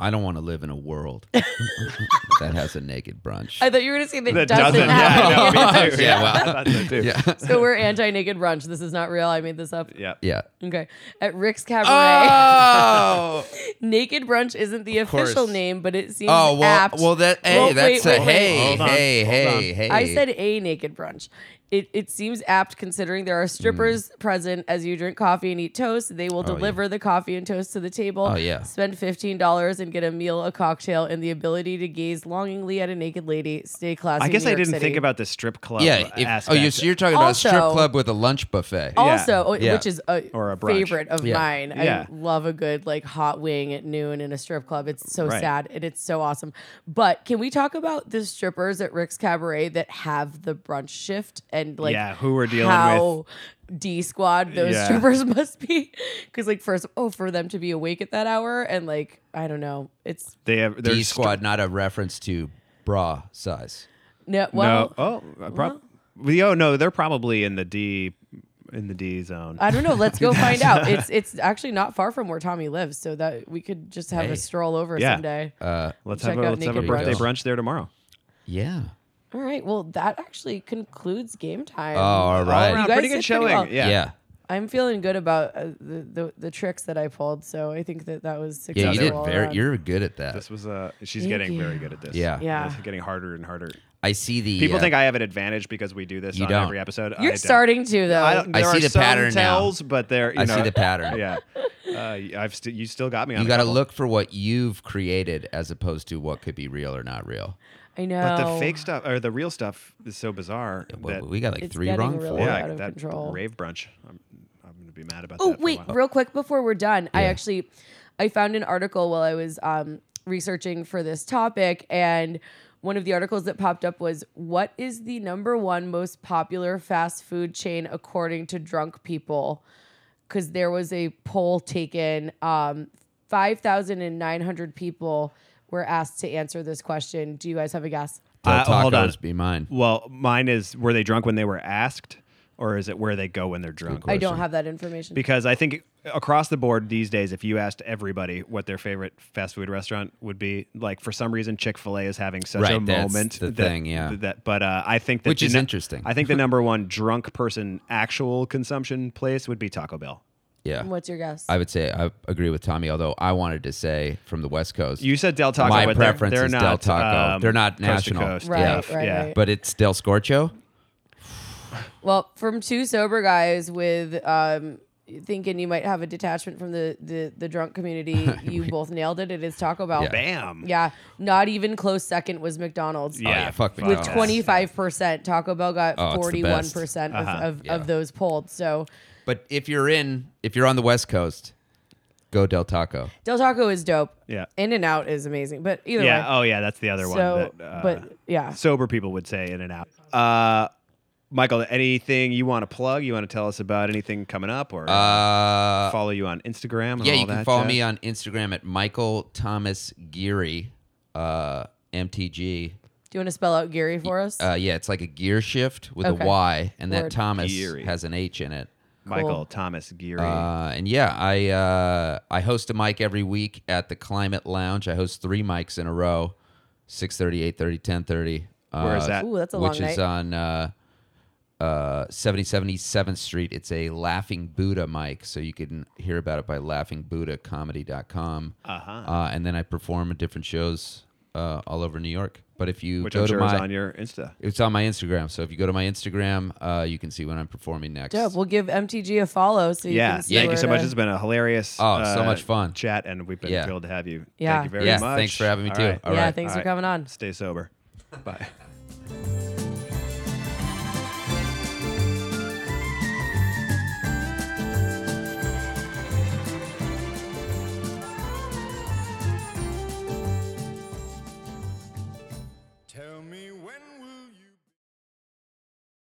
I don't want to live in a world that has a naked brunch. I thought you were gonna say that, That doesn't, doesn't. happen. Yeah, I know, me too. (laughs) (laughs) Yeah, Yeah, well. I thought so too. yeah. (laughs) So we're anti-naked brunch. This is not real. I made this up. Yeah. Uh, Yeah. Okay. At Rick's Cabaret, Oh. naked brunch isn't the course. official name, but it seems (laughs) Oh well, apt. well that hey Well, wait, that's wait, a wait. hey Hold on, hey hold hey on. hey. I said a naked brunch. It, it seems apt considering Mm. there are strippers present as you drink coffee and eat toast. They will Oh, deliver the coffee and toast to the table. Oh, yeah. Spend $15 and get a meal, a cocktail, and the ability to gaze longingly at a naked lady. Stay classy. I guess New I York didn't City. think about the strip club yeah. If, oh, aspect. you're, so you're talking about a strip Also- club with a lunch buffet. Yeah. Also, oh, Yeah. which is a, Or a brunch. favorite of Yeah. mine. Yeah. I love a good like hot wing at noon in a strip club. It's so Right. sad and it's so awesome. But can we talk about the strippers at Rick's Cabaret that have the brunch shift and like Yeah, who we're dealing how D squad those Yeah. strippers (laughs) must be because like first oh for them to be awake at that hour and like I don't know it's they have D there's squad, not a reference to bra size. no well No, oh, uh, prob- oh no, they're probably in the D in the D zone. I don't know (laughs) let's go find out it's it's actually not far from where Tommy lives so that we could just have Hey. Uh, a stroll over Yeah. someday let's check have a out let's have a naked birthday brunch. brunch there tomorrow. Yeah. All right. Well, that actually concludes game time. Oh, all All right. around, guys pretty did good pretty showing. well. Yeah. yeah. I'm feeling good about uh, the, the the tricks that I pulled, so I think that that was successful. Yeah, you did all very. around. You're good at that. This was uh she's Thank getting very you. good at this. Yeah. Yeah. It's getting harder and harder. I see the People uh, think I have an advantage because we do this You on don't. every episode. I You're don't. starting to though. I, don't, I there see are the some pattern now. tells, but there. You I know, see the pattern. (laughs) Yeah, uh, y- I've st- you still got me on. you got to look for what you've created as opposed to what could be real or not real. I know. But the fake stuff or the real stuff is so bizarre Well, that we got like It's three getting wrong. really- four. yeah, out of that control. rave brunch. I'm, I'm gonna be mad about. Oh that for a wait, while. real quick before we're done, I actually I found an article while I was um, researching for this topic, and one of the articles that popped up was what is the number one most popular fast food chain according to drunk people? Because there was a poll taken. Um, 5,900 people were asked to answer this question. Do you guys have a guess? Del Uh, hold on. Tacos be mine. Well, mine is were they drunk when they were asked, or is it where they go when they're drunk? I don't have that information. because I think across the board these days, if you asked everybody what their favorite fast food restaurant would be, like for some reason Chick Fil A is having such a Right, that's moment. the that, thing, yeah. That, but uh, I think that Which the is nu- interesting. I think (laughs) the number one drunk person actual consumption place would be Taco Bell. Yeah. What's your guess? I would say I agree with Tommy, although I wanted to say from the West Coast. You said Del Taco. My but they're- preference they're is Del not, Taco. um, They're not coast to national. coast. Right, yeah. right, yeah. right. but it's Del Scorcho. Well, from two sober guys with um, thinking you might have a detachment from the the, the drunk (laughs) community, you both nailed it. It is Taco Bell. Yeah. Bam. not even close second was McDonald's. Yeah. Oh, yeah, fuck With With McDonald's. twenty five percent, Taco Bell got Oh, it's the forty one best. percent of Uh-huh. of, Yeah. of those polled. So But if you're in, if you're on the West Coast, go Del Taco. Del Taco is dope. Yeah. In and Out is amazing. But either Yeah. way, Oh, yeah. That's the other so one. That, uh, but yeah, sober people would say in and out. Uh, Michael, anything you want to plug? You want to tell us about anything coming up or Uh, follow you on Instagram? And yeah, all you can that follow jazz? me uh, on Instagram at Michael Thomas Geary, uh, MTG. do you want to spell out Gary for us? Uh, yeah, it's like a gear shift with Okay. a Y, and that Word. Thomas Geary. has an H in it. Michael Cool. Thomas Geary. Uh, and yeah, I uh, I host a mic every week at the Climate Lounge. I host three mics in a row, 6.30, 8.30, 10.30. Uh, Where is that? Ooh, that's a which long is night. on uh, uh, 7077th Street. It's a Laughing Buddha mic, so you can hear about it by laughingbuddaComedy.com. Uh-huh. Uh, and then I perform at different shows uh, all over New York. But if you which go I'm to sure my is on your Insta. it's on my Instagram, so if you go to my Instagram, uh, you can see when I'm performing next. dope. We'll give MTG a follow. So you yeah, Can see thank you where so much. to- It's been a hilarious, uh, Oh, so much fun. chat, and we've been Yeah. thrilled to have you. Yeah. Thank you very Yeah, much. thanks for having me, All too. right. All yeah, right. thanks All for (laughs) right. coming on. Stay sober. Bye.